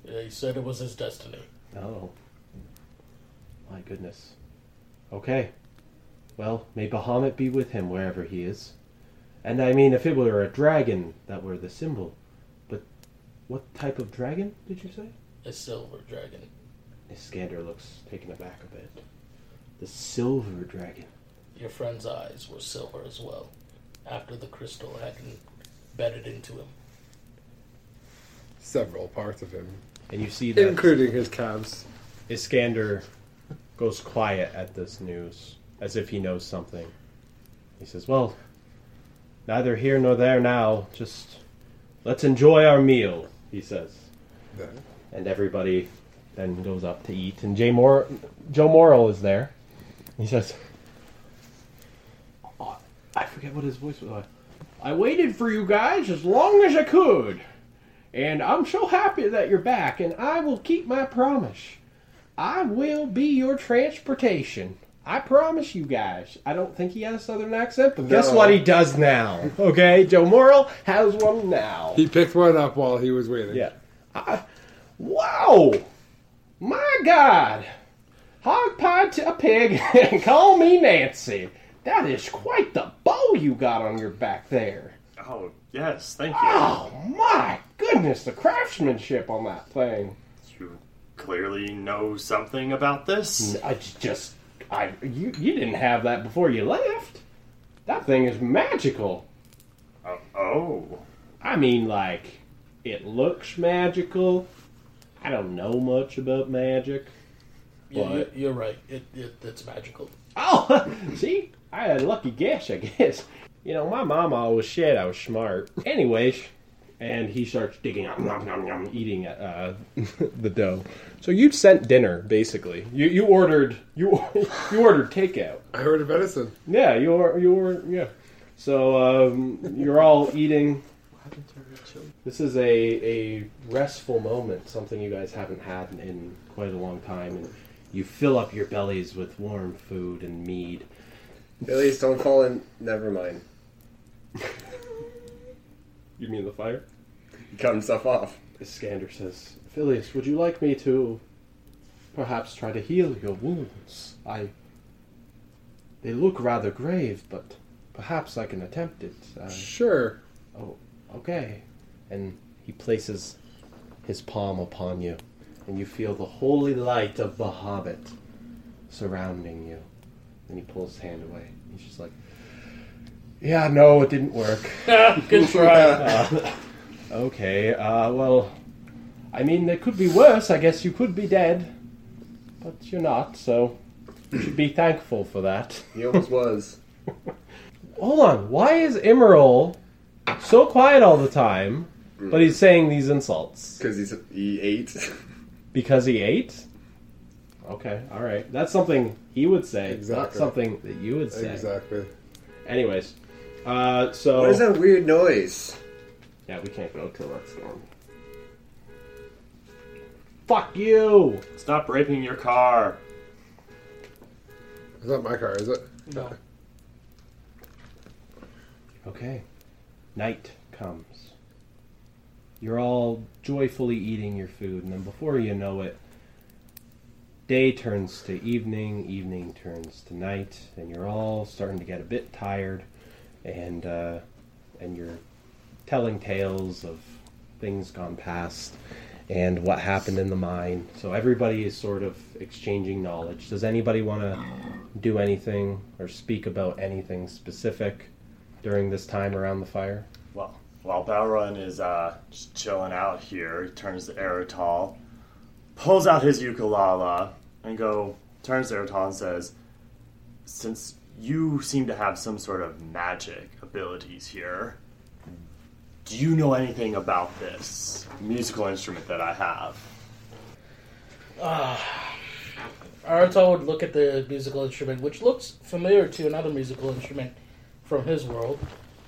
F: he said it was his destiny.
B: Oh. My goodness. Okay. Well, may Bahamut be with him wherever he is. And I mean, if it were a dragon, that were the symbol. But what type of dragon did you say?
F: A silver dragon.
B: Iskander looks taken aback a bit. The silver dragon.
F: Your friend's eyes were silver as well, after the crystal had embedded into him.
C: Several parts of him,
B: And you see that
C: including his calves.
B: Iskander goes quiet at this news, as if he knows something. He says, Well, neither here nor there now. Just let's enjoy our meal, he says.
C: Yeah.
B: And everybody then goes up to eat. And Jay Mor- Joe Morrill is there. He says, "Oh, I forget what his voice was. like. I waited for you guys as long as I could. And I'm so happy that you're back, and I will keep my promise. I will be your transportation. I promise you guys. I don't think he has a southern accent, but guess what he does now? Okay, Joe Morrill has one now.
C: He picked one up while he was waiting.
B: Yeah. I, wow! My God! Hog pie to a pig <laughs> and call me Nancy. That is quite the bow you got on your back there.
G: Oh, yes, thank you.
B: Oh my goodness, the craftsmanship on that thing.
G: you clearly know something about this.
B: I j- just, I you you didn't have that before you left. That thing is magical.
G: Uh, oh,
B: I mean, like it looks magical. I don't know much about magic. <laughs>
F: Yeah, you,
B: What?
F: you're right. It, it it's magical.
B: Oh, see, I had a lucky guess, I guess. You know, my mom always said I was smart. Anyways, and he starts digging up, nom, nom, nom, eating uh, <laughs> the dough. So you sent dinner, basically. You you ordered you <laughs> you ordered takeout.
C: I heard of medicine.
B: Yeah, you are you are yeah. So um, you're all eating. This is a, a restful moment, something you guys haven't had in, in quite a long time, and you fill up your bellies with warm food and mead.
D: At least don't fall in. Never mind.
B: You mean the fire?
D: Cutting stuff off.
B: Iskander says, Phileas, would you like me to perhaps try to heal your wounds? I. They look rather grave, but perhaps I can attempt it. Uh,
D: <laughs>
C: Sure.
B: oh, okay. And he places his palm upon you, and you feel the holy light of Bahamut surrounding you. And he pulls his hand away. He's just like, Yeah, no, it didn't work. <laughs>
F: Good try.
B: Okay, uh, well, I mean, it could be worse. I guess you could be dead, but you're not, so you should be thankful for that. <laughs>
D: He almost was.
B: Hold on, why is Emerald so quiet all the time, but he's saying these insults?
D: Because he's he ate.
B: Because he ate? Okay, alright. That's something he would say, not
C: Exactly.
B: something that you would say.
C: Exactly.
B: Anyways, uh, so.
D: What is that weird noise?
B: Yeah, we can't go till that's gone. Fuck you!
G: stop raping your car.
C: It's not my car, is it?
F: no.
B: Okay. Night comes. You're all joyfully eating your food, and then before you know it, day turns to evening, evening turns to night, and you're all starting to get a bit tired, and uh, and you're telling tales of things gone past and what happened in the mine. So everybody is sort of exchanging knowledge. Does anybody want to do anything or speak about anything specific? during this time around the fire.
G: Well, while Balron is uh, just chilling out here, he turns to Eritol, pulls out his ukulele, and go turns to Eritol and says, "Since you seem to have some sort of magic abilities here, do you know anything about this musical instrument that I have?"
F: Arato would look at the musical instrument, which looks familiar to another musical instrument from his world.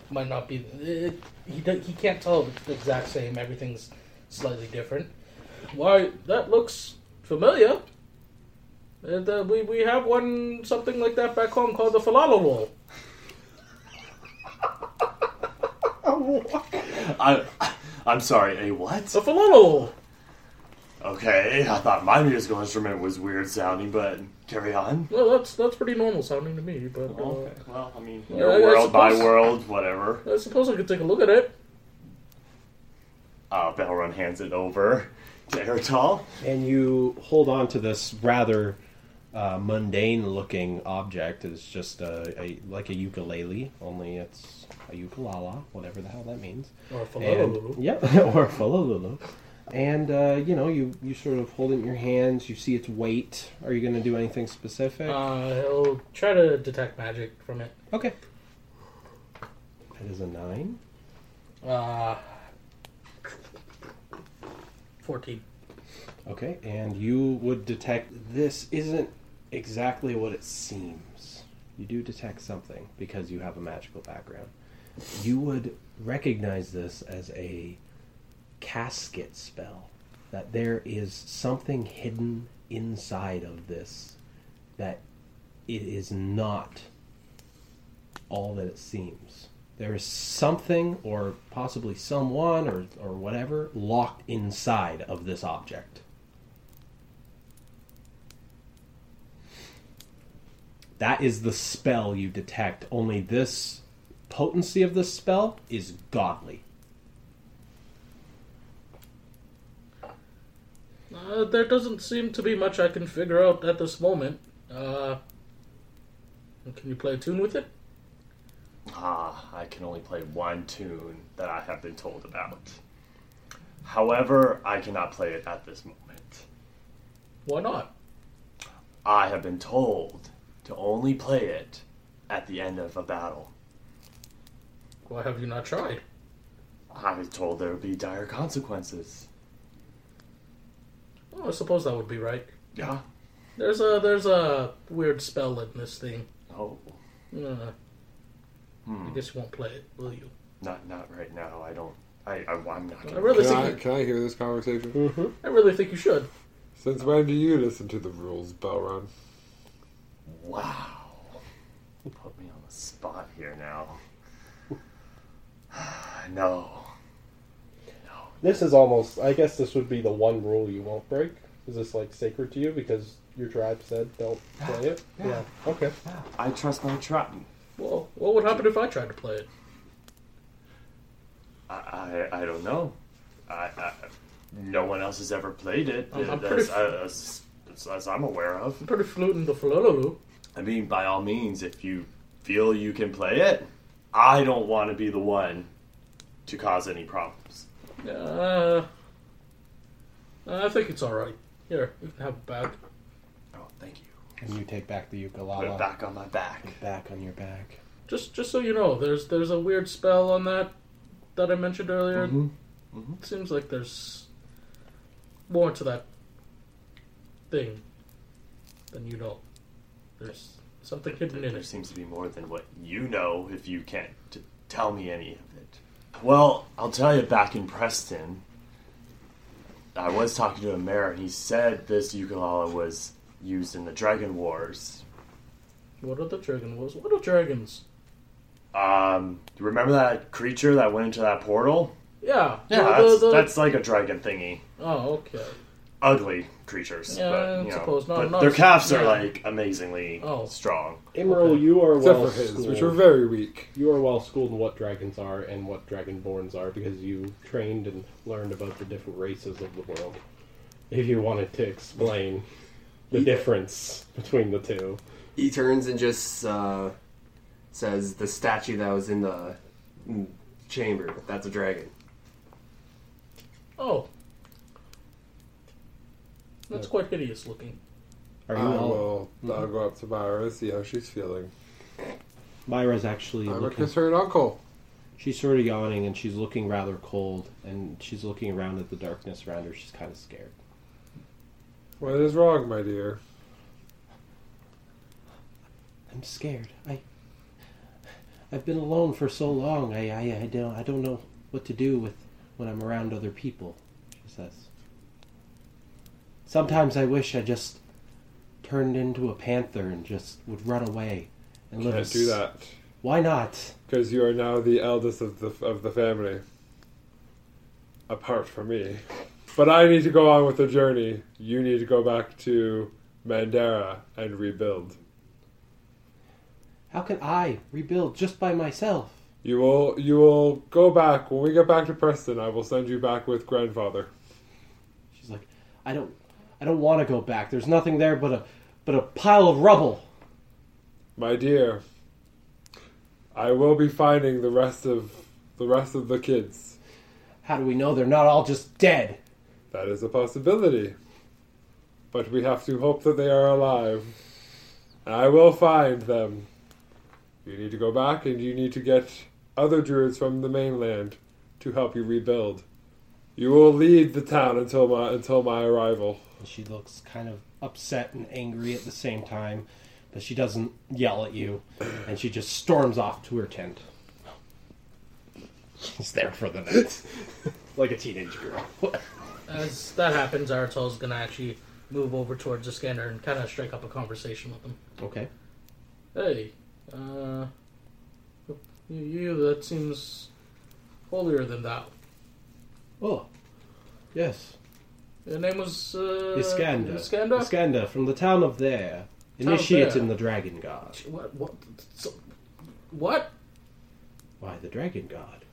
F: Might not be. It, he do- he can't tell if it's the exact same. Everything's slightly different. Why that looks familiar. And, uh, we we have one something like that back home called the falala roll.
G: I, I'm sorry, a what?
F: The falala roll.
G: Okay, I thought my musical instrument was weird sounding, but carry on.
F: Well, that's that's pretty normal sounding to me, but. uh,
G: Well, I mean,
F: I- I
G: your world by
F: suppose-
G: world, whatever.
F: I suppose I could take a look at it.
G: Uh, Balron hands it over to Eritol.
B: And you hold on to this rather uh, mundane-looking object. It's just a, a like a ukulele, only it's a ukulala, whatever the hell that means.
F: Or falala
B: And,
F: roll.
B: yep, <laughs> or a falululu. And uh, you know, you you sort of hold it in your hands. You see its weight. Are you going to do anything specific?
F: Uh, he'll try to detect magic from it.
B: okay. That is a nine.
F: Uh, 14.
B: Okay, and you would detect this isn't exactly what it seems. You do detect something because you have a magical background. You would recognize this as a casket spell. That there is something hidden inside of this that it is not all that it seems. There is something, or possibly someone, or, or whatever, locked inside of this object. That is the spell you detect, only this potency of this spell is godly.
F: Uh, Uh, there doesn't seem to be much I can figure out at this moment. Uh, can you play a tune with it?
G: Ah, I can only play one tune that I have been told about. However, I cannot play it at this moment.
F: Why not?
G: I have been told to only play it at the end of a battle.
F: Why have you not tried?
G: I was told there would be dire consequences.
F: Well, Oh, I suppose that would be right.
G: Yeah.
F: There's a there's a weird spell in this thing.
G: Oh.
F: Uh, I
G: Hmm.
F: guess you won't play it, will you?
G: Not not right now. I don't. I, I I'm not.
F: I really
C: can,
F: think
C: I,
F: you-
C: can I hear this conversation?
F: I really think you should.
C: Since when do you listen to the rules, Belron?
G: Wow. Put me on the spot here now. <sighs> no.
K: This is almost. I guess this would be the one rule you won't break. Is this like sacred to you because your tribe said
C: <gasps>
K: don't play it? Yeah. Okay.
G: I trust my tribe.
F: Well, what would happen if I tried to play it?
G: I, I, I don't know. I, I no one else has ever played it uh,
F: I'm- I'm
G: as,
F: pretty-
G: as, as, as I'm aware of.
F: I'm pretty fluent in the falalalu.
G: I mean, by all means, if you feel you can play it, I don't want to be the one to cause any problems.
F: Uh, I think it's all right. Here, you can have it back.
G: Oh, thank you.
B: And you take back the
G: Put it
B: ukulele.
G: back on my back.
B: Back on your back.
F: Just just so you know, there's there's a weird spell on that that I mentioned earlier.
G: Mm-hmm.
F: It seems like there's more to that thing than you know. There's something hidden in
G: There
F: it.
G: seems to be more than what you know if you can't t- tell me any of it. Well, I'll tell you back in Preston, I was talking to a mayor and he said this ukulele was used in the Dragon Wars.
F: What are the dragon wars? What are dragons?
G: Um, do you remember that creature that went into that portal?
F: Yeah.
G: Yeah,
F: the- the-
G: that's,
F: the-
G: that's like a dragon thingy.
F: Oh, okay.
G: Ugly creatures,
F: Yeah,
G: but
F: I
G: you know,
F: suppose not
G: but
F: enough.
G: their calves are
F: Yeah.
G: like amazingly
F: Oh.
G: strong.
K: Emerald, you are
C: Except
K: well
C: for his,
K: schooled.
C: which are very weak.
K: You are well schooled in what dragons are and what dragonborns are because you trained and learned about the different races of the world. If you wanted to explain the difference between the two,
D: He turns and just uh, says the statue that was in the mm, chamber. That's a dragon.
F: Oh. That's quite hideous looking.
B: Are
C: I
B: you all?
C: will. Um, I'll go up to Myra see how she's feeling.
B: Myra's actually
C: I'm a
B: looking.
C: concerned uncle.
B: She's sort of yawning and she's looking rather cold, and she's looking around at the darkness around her. She's kind of scared.
C: What is wrong, my dear?
B: I'm scared. I I've been alone for so long. I I, I don't I don't know what to do with when I'm around other people. She says. Sometimes I wish I just turned into a panther and just would run away and live.
C: Can't
B: a
C: do
B: s-
C: that
B: Why not?
C: because you are now the eldest of the of the family. Apart from me, but I need to go on with the journey. You need to go back to Mandara and rebuild.
B: How can I rebuild just by myself?
C: You will you will go back when we get back to Preston. I will send you back with grandfather.
B: She's like, I don't, I don't want to go back. There's nothing there but a, but a pile of rubble.
C: My dear, I will be finding the rest of the rest of the kids.
B: How do we know they're not all just dead?
C: That is a possibility. But we have to hope that they are alive. And I will find them. You need to go back and you need to get other druids from the mainland to help you rebuild. You will lead the town until my until my arrival.
B: And she looks kind of upset and angry at the same time, but she doesn't yell at you, and she just storms off to her tent. She's there for the night, <laughs> like a teenage girl.
F: As that happens, Aratol's gonna actually move over towards the scanner and kind of strike up a conversation with them.
B: okay.
F: Hey, uh, you, you that seems holier than thou.
B: Oh, yes.
F: Your name was uh,
B: Iskanda.
F: Iskanda.
B: Iskanda from the town of there.
F: Town of
B: Initiate
F: There.
B: in the dragon god.
F: What? What? So, what?
B: Why the dragon god?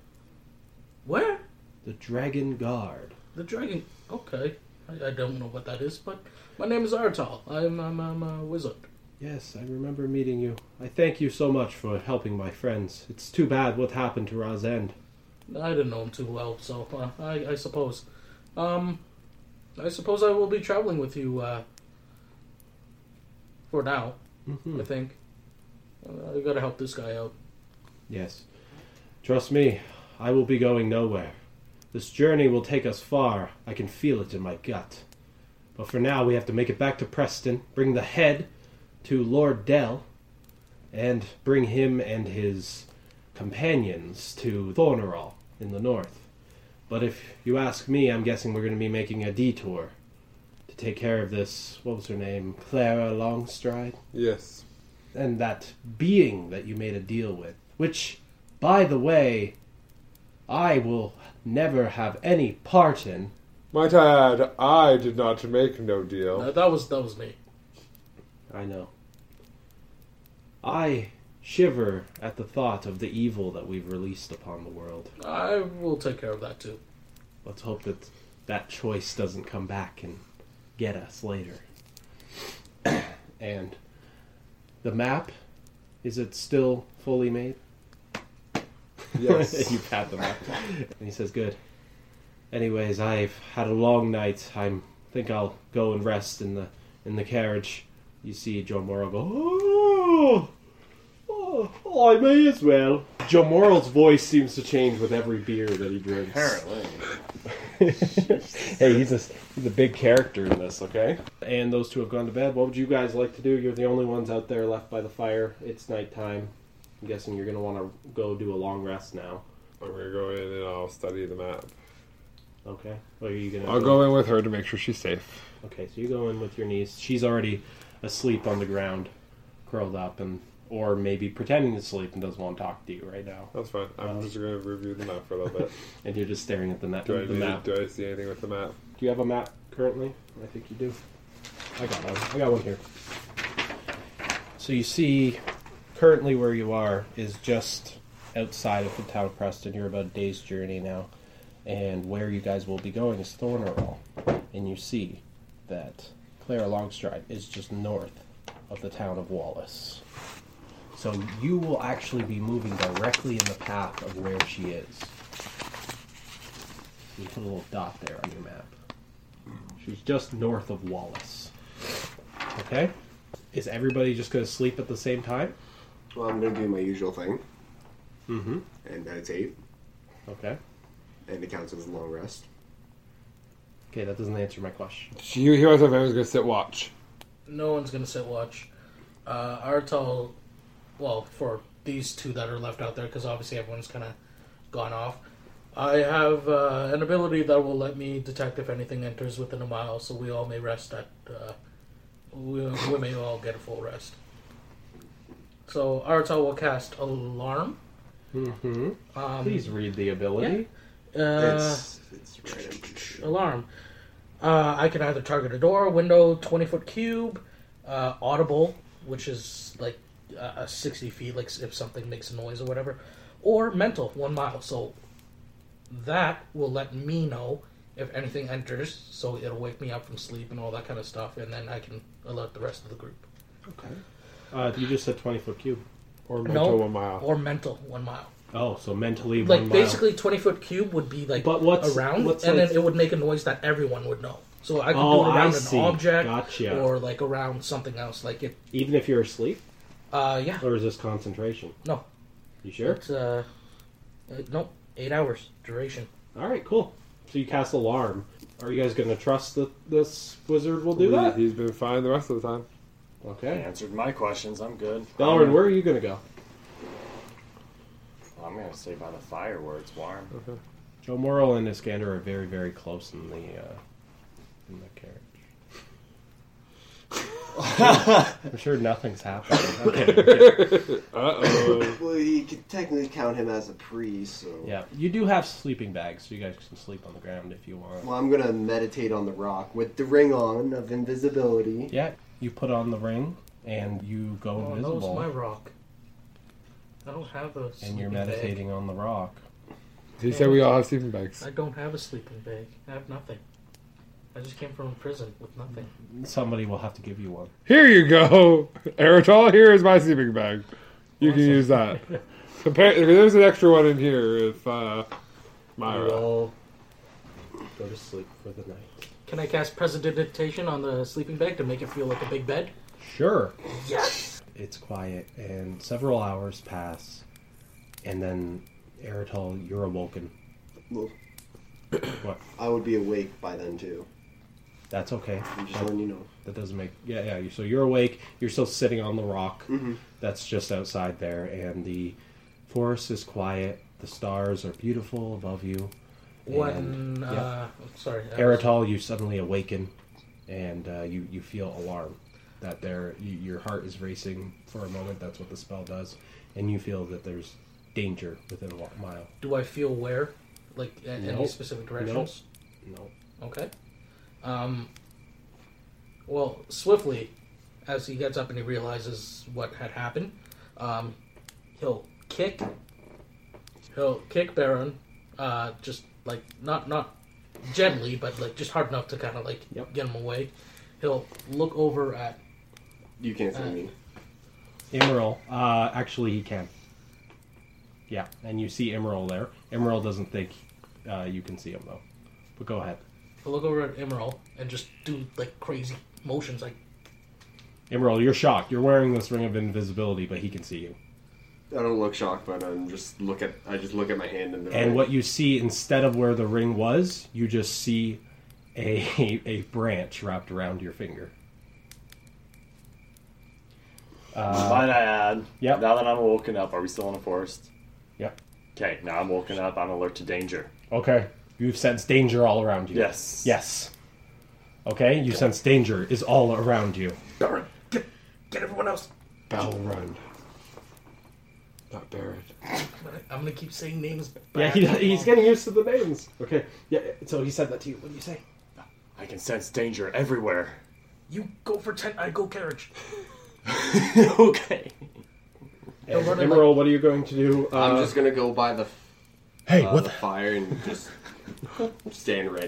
F: Where?
B: The dragon guard.
F: The dragon. Okay. I, I don't know what that is, but my name is Artal. I'm, I'm, I'm a wizard.
B: Yes, I remember meeting you. I thank you so much for helping my friends. It's too bad what happened to Razend.
F: I didn't know him too well, so uh, I, I suppose. Um, I suppose I will be traveling with you uh, for now. I think uh, I gotta help this guy out.
B: Yes. Trust me, I will be going nowhere. This journey will take us far. I can feel it in my gut. But for now, we have to make it back to Preston, bring the head to Lord Dell, and bring him and his companions to Thornerall in the north. But if you ask me, I'm guessing we're going to be making a detour to take care of this, what was her name? Clara Longstride?
C: Yes.
B: And that being that you made a deal with, which, by the way, I will never have any part in.
C: Might I add, I did not make no deal.
F: Uh, that was that was me.
B: I know. I shiver at the thought of the evil that we've released upon the world.
F: I will take care of that too.
B: Let's hope that that choice doesn't come back and get us later. <clears throat> and the map, is it still fully made? <laughs>
C: Yes.
B: you pat the map. and he says, Good. Anyways, I've had a long night. I think I'll go and rest in the in the carriage. You see John Morrow go, Oh, oh, I may as well.
K: Joe Morrill's voice seems to change with every beer that he drinks.
G: Apparently.
K: hey, he's a, he's a big character in this, okay?
B: and those two have gone to bed. What would you guys like to do? You're the only ones out there left by the fire. It's nighttime. I'm guessing you're going to want to go do a long rest now.
C: I'm gonna go in and I'll study the map.
B: Okay. What are you going to
C: I'll go in with her to make sure she's safe.
B: Okay, so you go in with your niece. She's already asleep on the ground, curled up, and or maybe pretending to sleep and doesn't want to talk to you right now.
C: That's fine. I'm
B: Um,
C: just gonna review the map for
B: <laughs>
C: a little bit.
B: And you're just staring at the, na-
C: Do I
B: the
C: need-
B: map.
C: do I see anything with the map?
B: Do you have a map currently? I think you do. I got one. I got one here. So you see, currently where you are is just outside of the town of Preston. You're about a day's journey now, and where you guys will be going is Thornerall. And you see that Clara Longstride is just north of the town of Wallace. So you will actually be moving directly in the path of where she is. You put a little dot there on your map. She's just north of Wallace. Okay? Is everybody just going to sleep at the same time?
D: Well, I'm gonna do my usual thing
B: Mm
D: Mm-hmm.
B: hmm.
D: and meditate,
B: Okay.
D: and it counts as a long rest.
B: Okay, that doesn't answer my question.
C: You hear what everyone's gonna sit watch.
F: No one's gonna sit watch. Uh, Artal, well, for these two that are left out there, because obviously everyone's kind of gone off. I have uh, an ability that will let me detect if anything enters within a mile, so we all may rest at. Uh, we, we may all get a full rest. So Artal will cast alarm.
B: Mm-hmm.
F: Um,
B: Please read the ability.
F: Uh,
D: It's it's right. up-
F: alarm. Uh, I can either target a door, window, 20 foot cube, uh, audible, which is like uh, uh, 60 feet, like if something makes a noise or whatever, or mental, one mile. So that will let me know if anything enters, so it'll wake me up from sleep and all that kind of stuff, and then I can alert the rest of the group.
B: Uh, you just said 20 foot cube.
C: Or
F: No.
C: mental one mile.
F: Or mental, one mile.
B: Oh, so mentally
F: Like
B: one mile.
F: basically, 20 foot cube would be like
B: But what's-
F: around,
B: what's
F: and
B: like-
F: then it would make a noise that everyone would know. So I could
B: Oh,
F: do it
B: I
F: around
B: see.
F: an object
B: Gotcha.
F: or like around something else. Like it,
B: Even if you're asleep?
F: uh, yeah,
B: Or is this concentration?
F: no,
B: You sure?
F: it's uh, uh, no, eight hours duration.
B: All right, cool. So you cast alarm. Are you guys going to trust that this wizard will do that?
C: He, has been fine the rest of the time.
G: They
B: Okay.
G: answered my questions. I'm good.
B: Dalrin, where are you going to go?
G: I'm gonna stay by the fire where it's warm.
B: Joe Morrill and Iskander are very, very close in the uh, in the carriage. I'm sure nothing's happening. Okay, okay.
C: Uh oh.
D: Well, you could technically count him as a priest. So.
B: Yeah, you do have sleeping bags, so you guys can sleep on the ground if you want.
D: Well, I'm gonna meditate on the rock with the ring on of invisibility.
B: Yeah, you put on the ring and you go
F: Oh, that was
B: invisible,
F: my rock. I don't have a.
B: and you're
F: sleeping bag.
B: meditating on the rock.
C: he said we all have sleeping bags.
F: I don't have a sleeping bag. I have nothing. I just came from prison with nothing.
B: Somebody will have to give you one.
C: Here you go, <laughs> Eritol. Here is my sleeping bag. You can use that. Apparently, there's an extra one in here if uh, Myra.
K: Go to sleep for the night.
F: Can I cast presidentation on the sleeping bag to make it feel like a big bed?
B: Sure.
F: Yes.
A: It's quiet, and several hours pass, and then Eritol, you're awoken.
J: Well,
B: What?
J: I would be awake by then too.
B: That's okay.
J: I'm just letting you know.
B: That doesn't make yeah yeah. you- So you're awake. You're still sitting on the rock.
J: Mhm.
B: That's just outside there, and the forest is quiet. The stars are beautiful above you.
F: When
B: And-
F: uh, I'm sorry, I was-
B: Eritol, you suddenly awaken, and uh, you you feel alarm that there you, your heart is racing for a moment. That's what the spell does, and you feel that there's danger within a wa- mile.
F: Do I feel where? Like a- any
B: Nope.
F: specific
B: Nope.
F: directions?
B: Nope.
F: Okay. Um, well, swiftly, as he gets up and he realizes what had happened, um, he'll kick. He'll kick Baron, uh, just like not not gently, but like just hard enough to kind of like get him away. He'll look over at
J: You can't see
F: Uh,
J: me.
B: Emerald, uh, actually, he can. Yeah, and you see Emerald there. Emerald doesn't think uh, you can see him though, but go ahead.
F: he'll look over at Emerald and just do like crazy motions, like
B: Emerald, you're shocked. You're wearing this ring of invisibility, but he can see you.
J: I don't look shocked, but I'm just look at I just look at my hand and.
D: <laughs>
B: And what you see instead of where the ring was, you just see a <laughs> a branch wrapped around your finger.
G: Uh, Might I add?
B: Yep.
G: Now that I'm woken up, are we still in the forest?
B: Yep.
G: Okay. Now I'm woken up. I'm alert to danger.
B: Okay. You've sensed danger all around you.
G: Yes.
B: Yes. Okay, you sense danger is all around you.
G: Darn.
F: get everyone else.
K: Battle run. Not Barrett.
F: I'm gonna, I'm gonna keep saying names.
K: Yeah,
B: <laughs>
F: back.
K: he, he's getting used to the names. Okay. Yeah. So he said that to you. What do you say?
G: I can sense danger everywhere.
F: You go for tent. I go carriage.
G: okay.
F: He'll run in, like,
K: Emerald, what are you going to do? Uh,
D: I'm just gonna go by the
K: Hey,
D: uh,
K: what
D: the fire and just stand ready.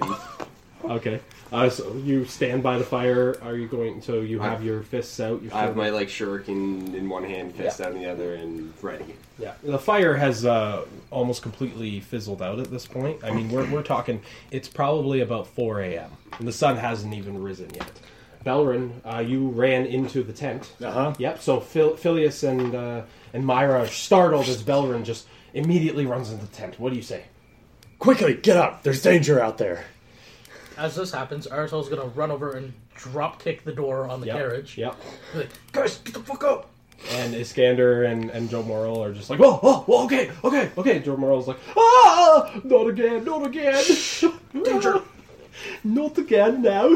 K: Okay. Uh, so you stand by the fire. Are you going? So you have your fists out. Your
D: I have
K: shoulder-
D: my like shuriken in one hand, fist out in the other, and ready.
B: Yeah, the fire has uh, almost completely fizzled out at this point. I mean, we're, we're talking, it's probably about 4 a.m., and the sun hasn't even risen yet. Belrin, uh, you ran into the tent. Uh
G: huh.
B: Yep, so Phil- Phileas and, uh, and Myra are startled as Belrin just immediately runs into the tent. What do you say?
G: Quickly, get up. There's danger out there.
F: As this happens, Arizol's gonna run over and drop kick the door on the carriage.
B: Yep.
F: Like, guys, get the fuck up!
B: And Iskander and, and Joe Morrill are just like, whoa, whoa, whoa, okay, okay, okay. Joe Morrill's like, ah, not again, not again. Danger. <laughs> not again now.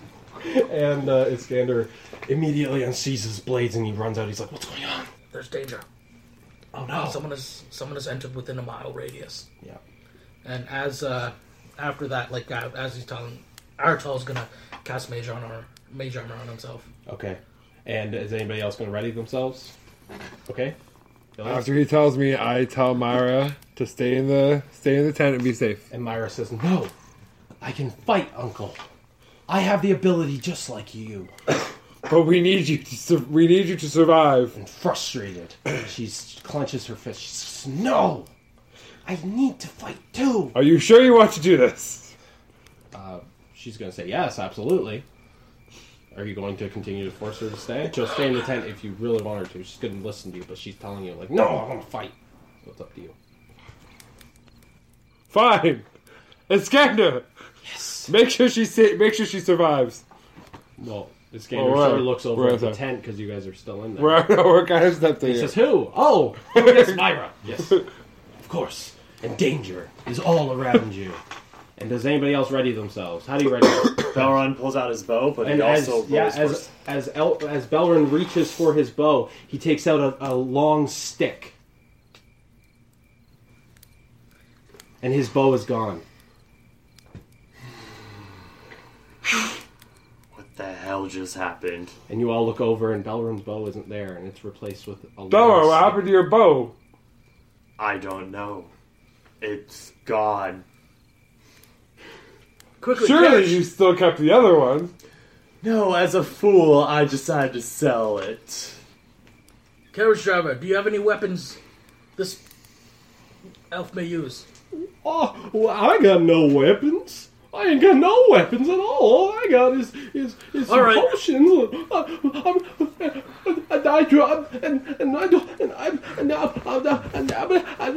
B: <laughs> and uh, Iskander immediately unsees his blades and he runs out. He's like, what's going on?
F: There's danger.
B: Oh no.
F: Someone has someone has entered within a mile radius.
B: Yeah.
F: And as uh, after that, like uh, as he's telling, Arizol's gonna cast mage armor, mage armor on himself.
B: Okay. And is anybody else going to ready themselves? Okay.
C: After he tells me, I tell Myra to stay in the stay in the tent and be safe.
B: And Myra says, no, I can fight, Uncle. I have the ability just like you.
C: But we need you to sur- we need you to survive.
B: And frustrated, <clears throat> she s- clenches her fist. She says, no, I need to fight too.
C: Are you sure you want to do this?
B: Uh, she's going to say, yes, absolutely. Are you going to continue to force her to stay? She'll stay in the tent if you really want her to. She's going to listen to you, but she's telling you, like, no, I want to fight. So it's up to you.
C: Fine. Iskander. Yes. Make sure she sa- make sure she survives.
B: Well, this
C: Oh,
B: gamer
C: we're-
B: sort of looks over
C: we're
B: at the
C: outside.
B: tent because you guys are still in there.
C: We're <laughs> we're kind of stepped in.
B: He
C: here.
B: says, who? Oh, yes, Myra. Yes, of course. And danger is all around you. And does anybody else ready themselves? How do you ready?
G: Belron pulls out his bow, but
B: and
G: he
B: as,
G: also
B: yeah,
G: rolls
B: as, as, El, as Belrin reaches for his bow, he takes out a, a long stick. And his bow is gone.
G: What the hell just happened?
B: And you all look over, and Belrin's bow isn't there, and it's replaced with a long
C: Dora, what
B: stick.
C: happened to your bow?
G: I don't know. It's gone.
F: Quickly,
C: Surely
F: perish.
C: you still kept the other one.
G: No, as a fool, I decided to sell it.
F: Carriage driver, do you have any weapons this elf may use?
B: Oh, well, I got no weapons. I ain't got no weapons at all. All I got is is is some
F: All right.
B: potions. Uh, I'm, uh, and I drop and and I don't and I and I and I and I and I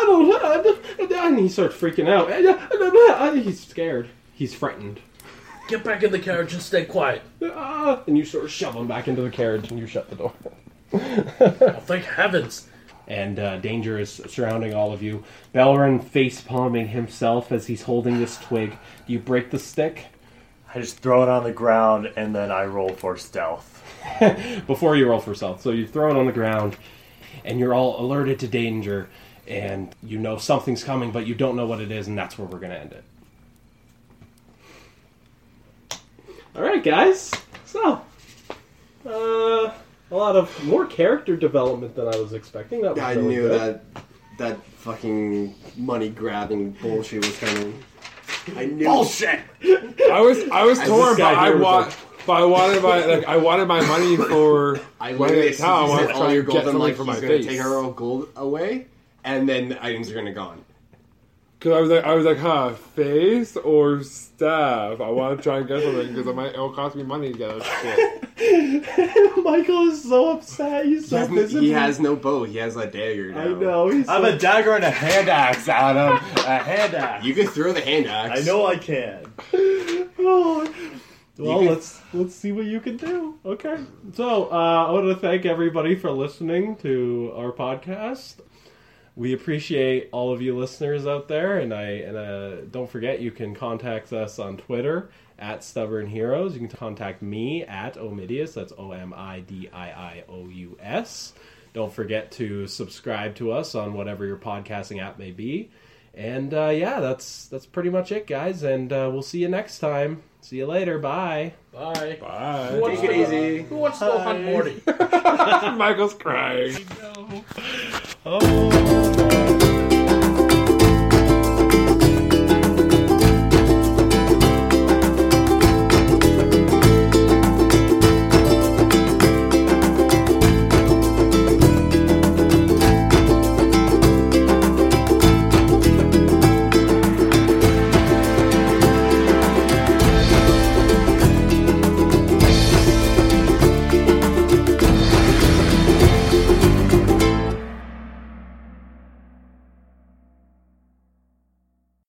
B: don't and I- and he starts freaking out. And I- and I- and I- He's scared. He's frightened.
F: Get back in the carriage and stay quiet.
B: Ah, And you sort of shove him back into the carriage and you shut the door. <laughs>
F: Oh, thank heavens.
L: and uh, danger is surrounding all of you. Belrin face palming himself as he's holding this twig. Do you break the stick?
G: I just throw it on the ground and then I roll for stealth.
L: before you roll for stealth. So you throw it on the ground, and you're all alerted to danger, and you know something's coming, but you don't know what it is, and that's where we're gonna end it.
B: All right, guys. So, uh, a lot of more character development than I was expecting. That was
D: I
B: really
L: <laughs>
D: knew
B: good.
D: that that fucking money grabbing bullshit was coming. I knew bullshit.
C: I was I was
D: As
C: torn,
D: this
C: but
D: guy
C: I
D: here was
C: want, but I wanted my like I wanted my money
D: <laughs>
C: for
D: I
C: when
D: literally
C: it's
D: said
C: how I wanted to
D: all
C: try
D: your
C: and
D: gold.
C: get
D: I'm
C: something
D: like,
C: for my
D: he's gonna
C: face.
D: take her all gold away, and then the items are gonna gone.
C: Because I was like I was like, huh, face or staff? I want to try and get something because it might it'll cost me money to get it.
D: <laughs>
C: Shit.
B: Michael is so upset. He's
D: He
B: so
D: has, no,
B: visibly.
D: he has no bow. He has a dagger. Now.
B: I know. He's
G: I
B: so...
G: have a dagger and a hand axe, Adam. A hand axe.
D: You could throw the hand axe.
G: I know I can.
B: Oh. Well,
D: can-
B: let's let's see what you can do. Okay. So uh, I want to thank everybody for listening to our podcast. We appreciate all of you listeners out there, and I and uh, don't forget you can contact us on Twitter at Stubborn Heroes. You can contact me at Omidius. That's O M I D I I O U S. Don't forget to subscribe to us on whatever your podcasting app may be. And uh, yeah, that's that's pretty much it, guys. And uh, we'll see you next time. See you later. Bye.
F: Bye.
C: Bye.
F: Who wants
D: Take it
F: to-
D: easy.
F: Who wants to go hunt Morty?
C: Michael's crying.
B: Oh.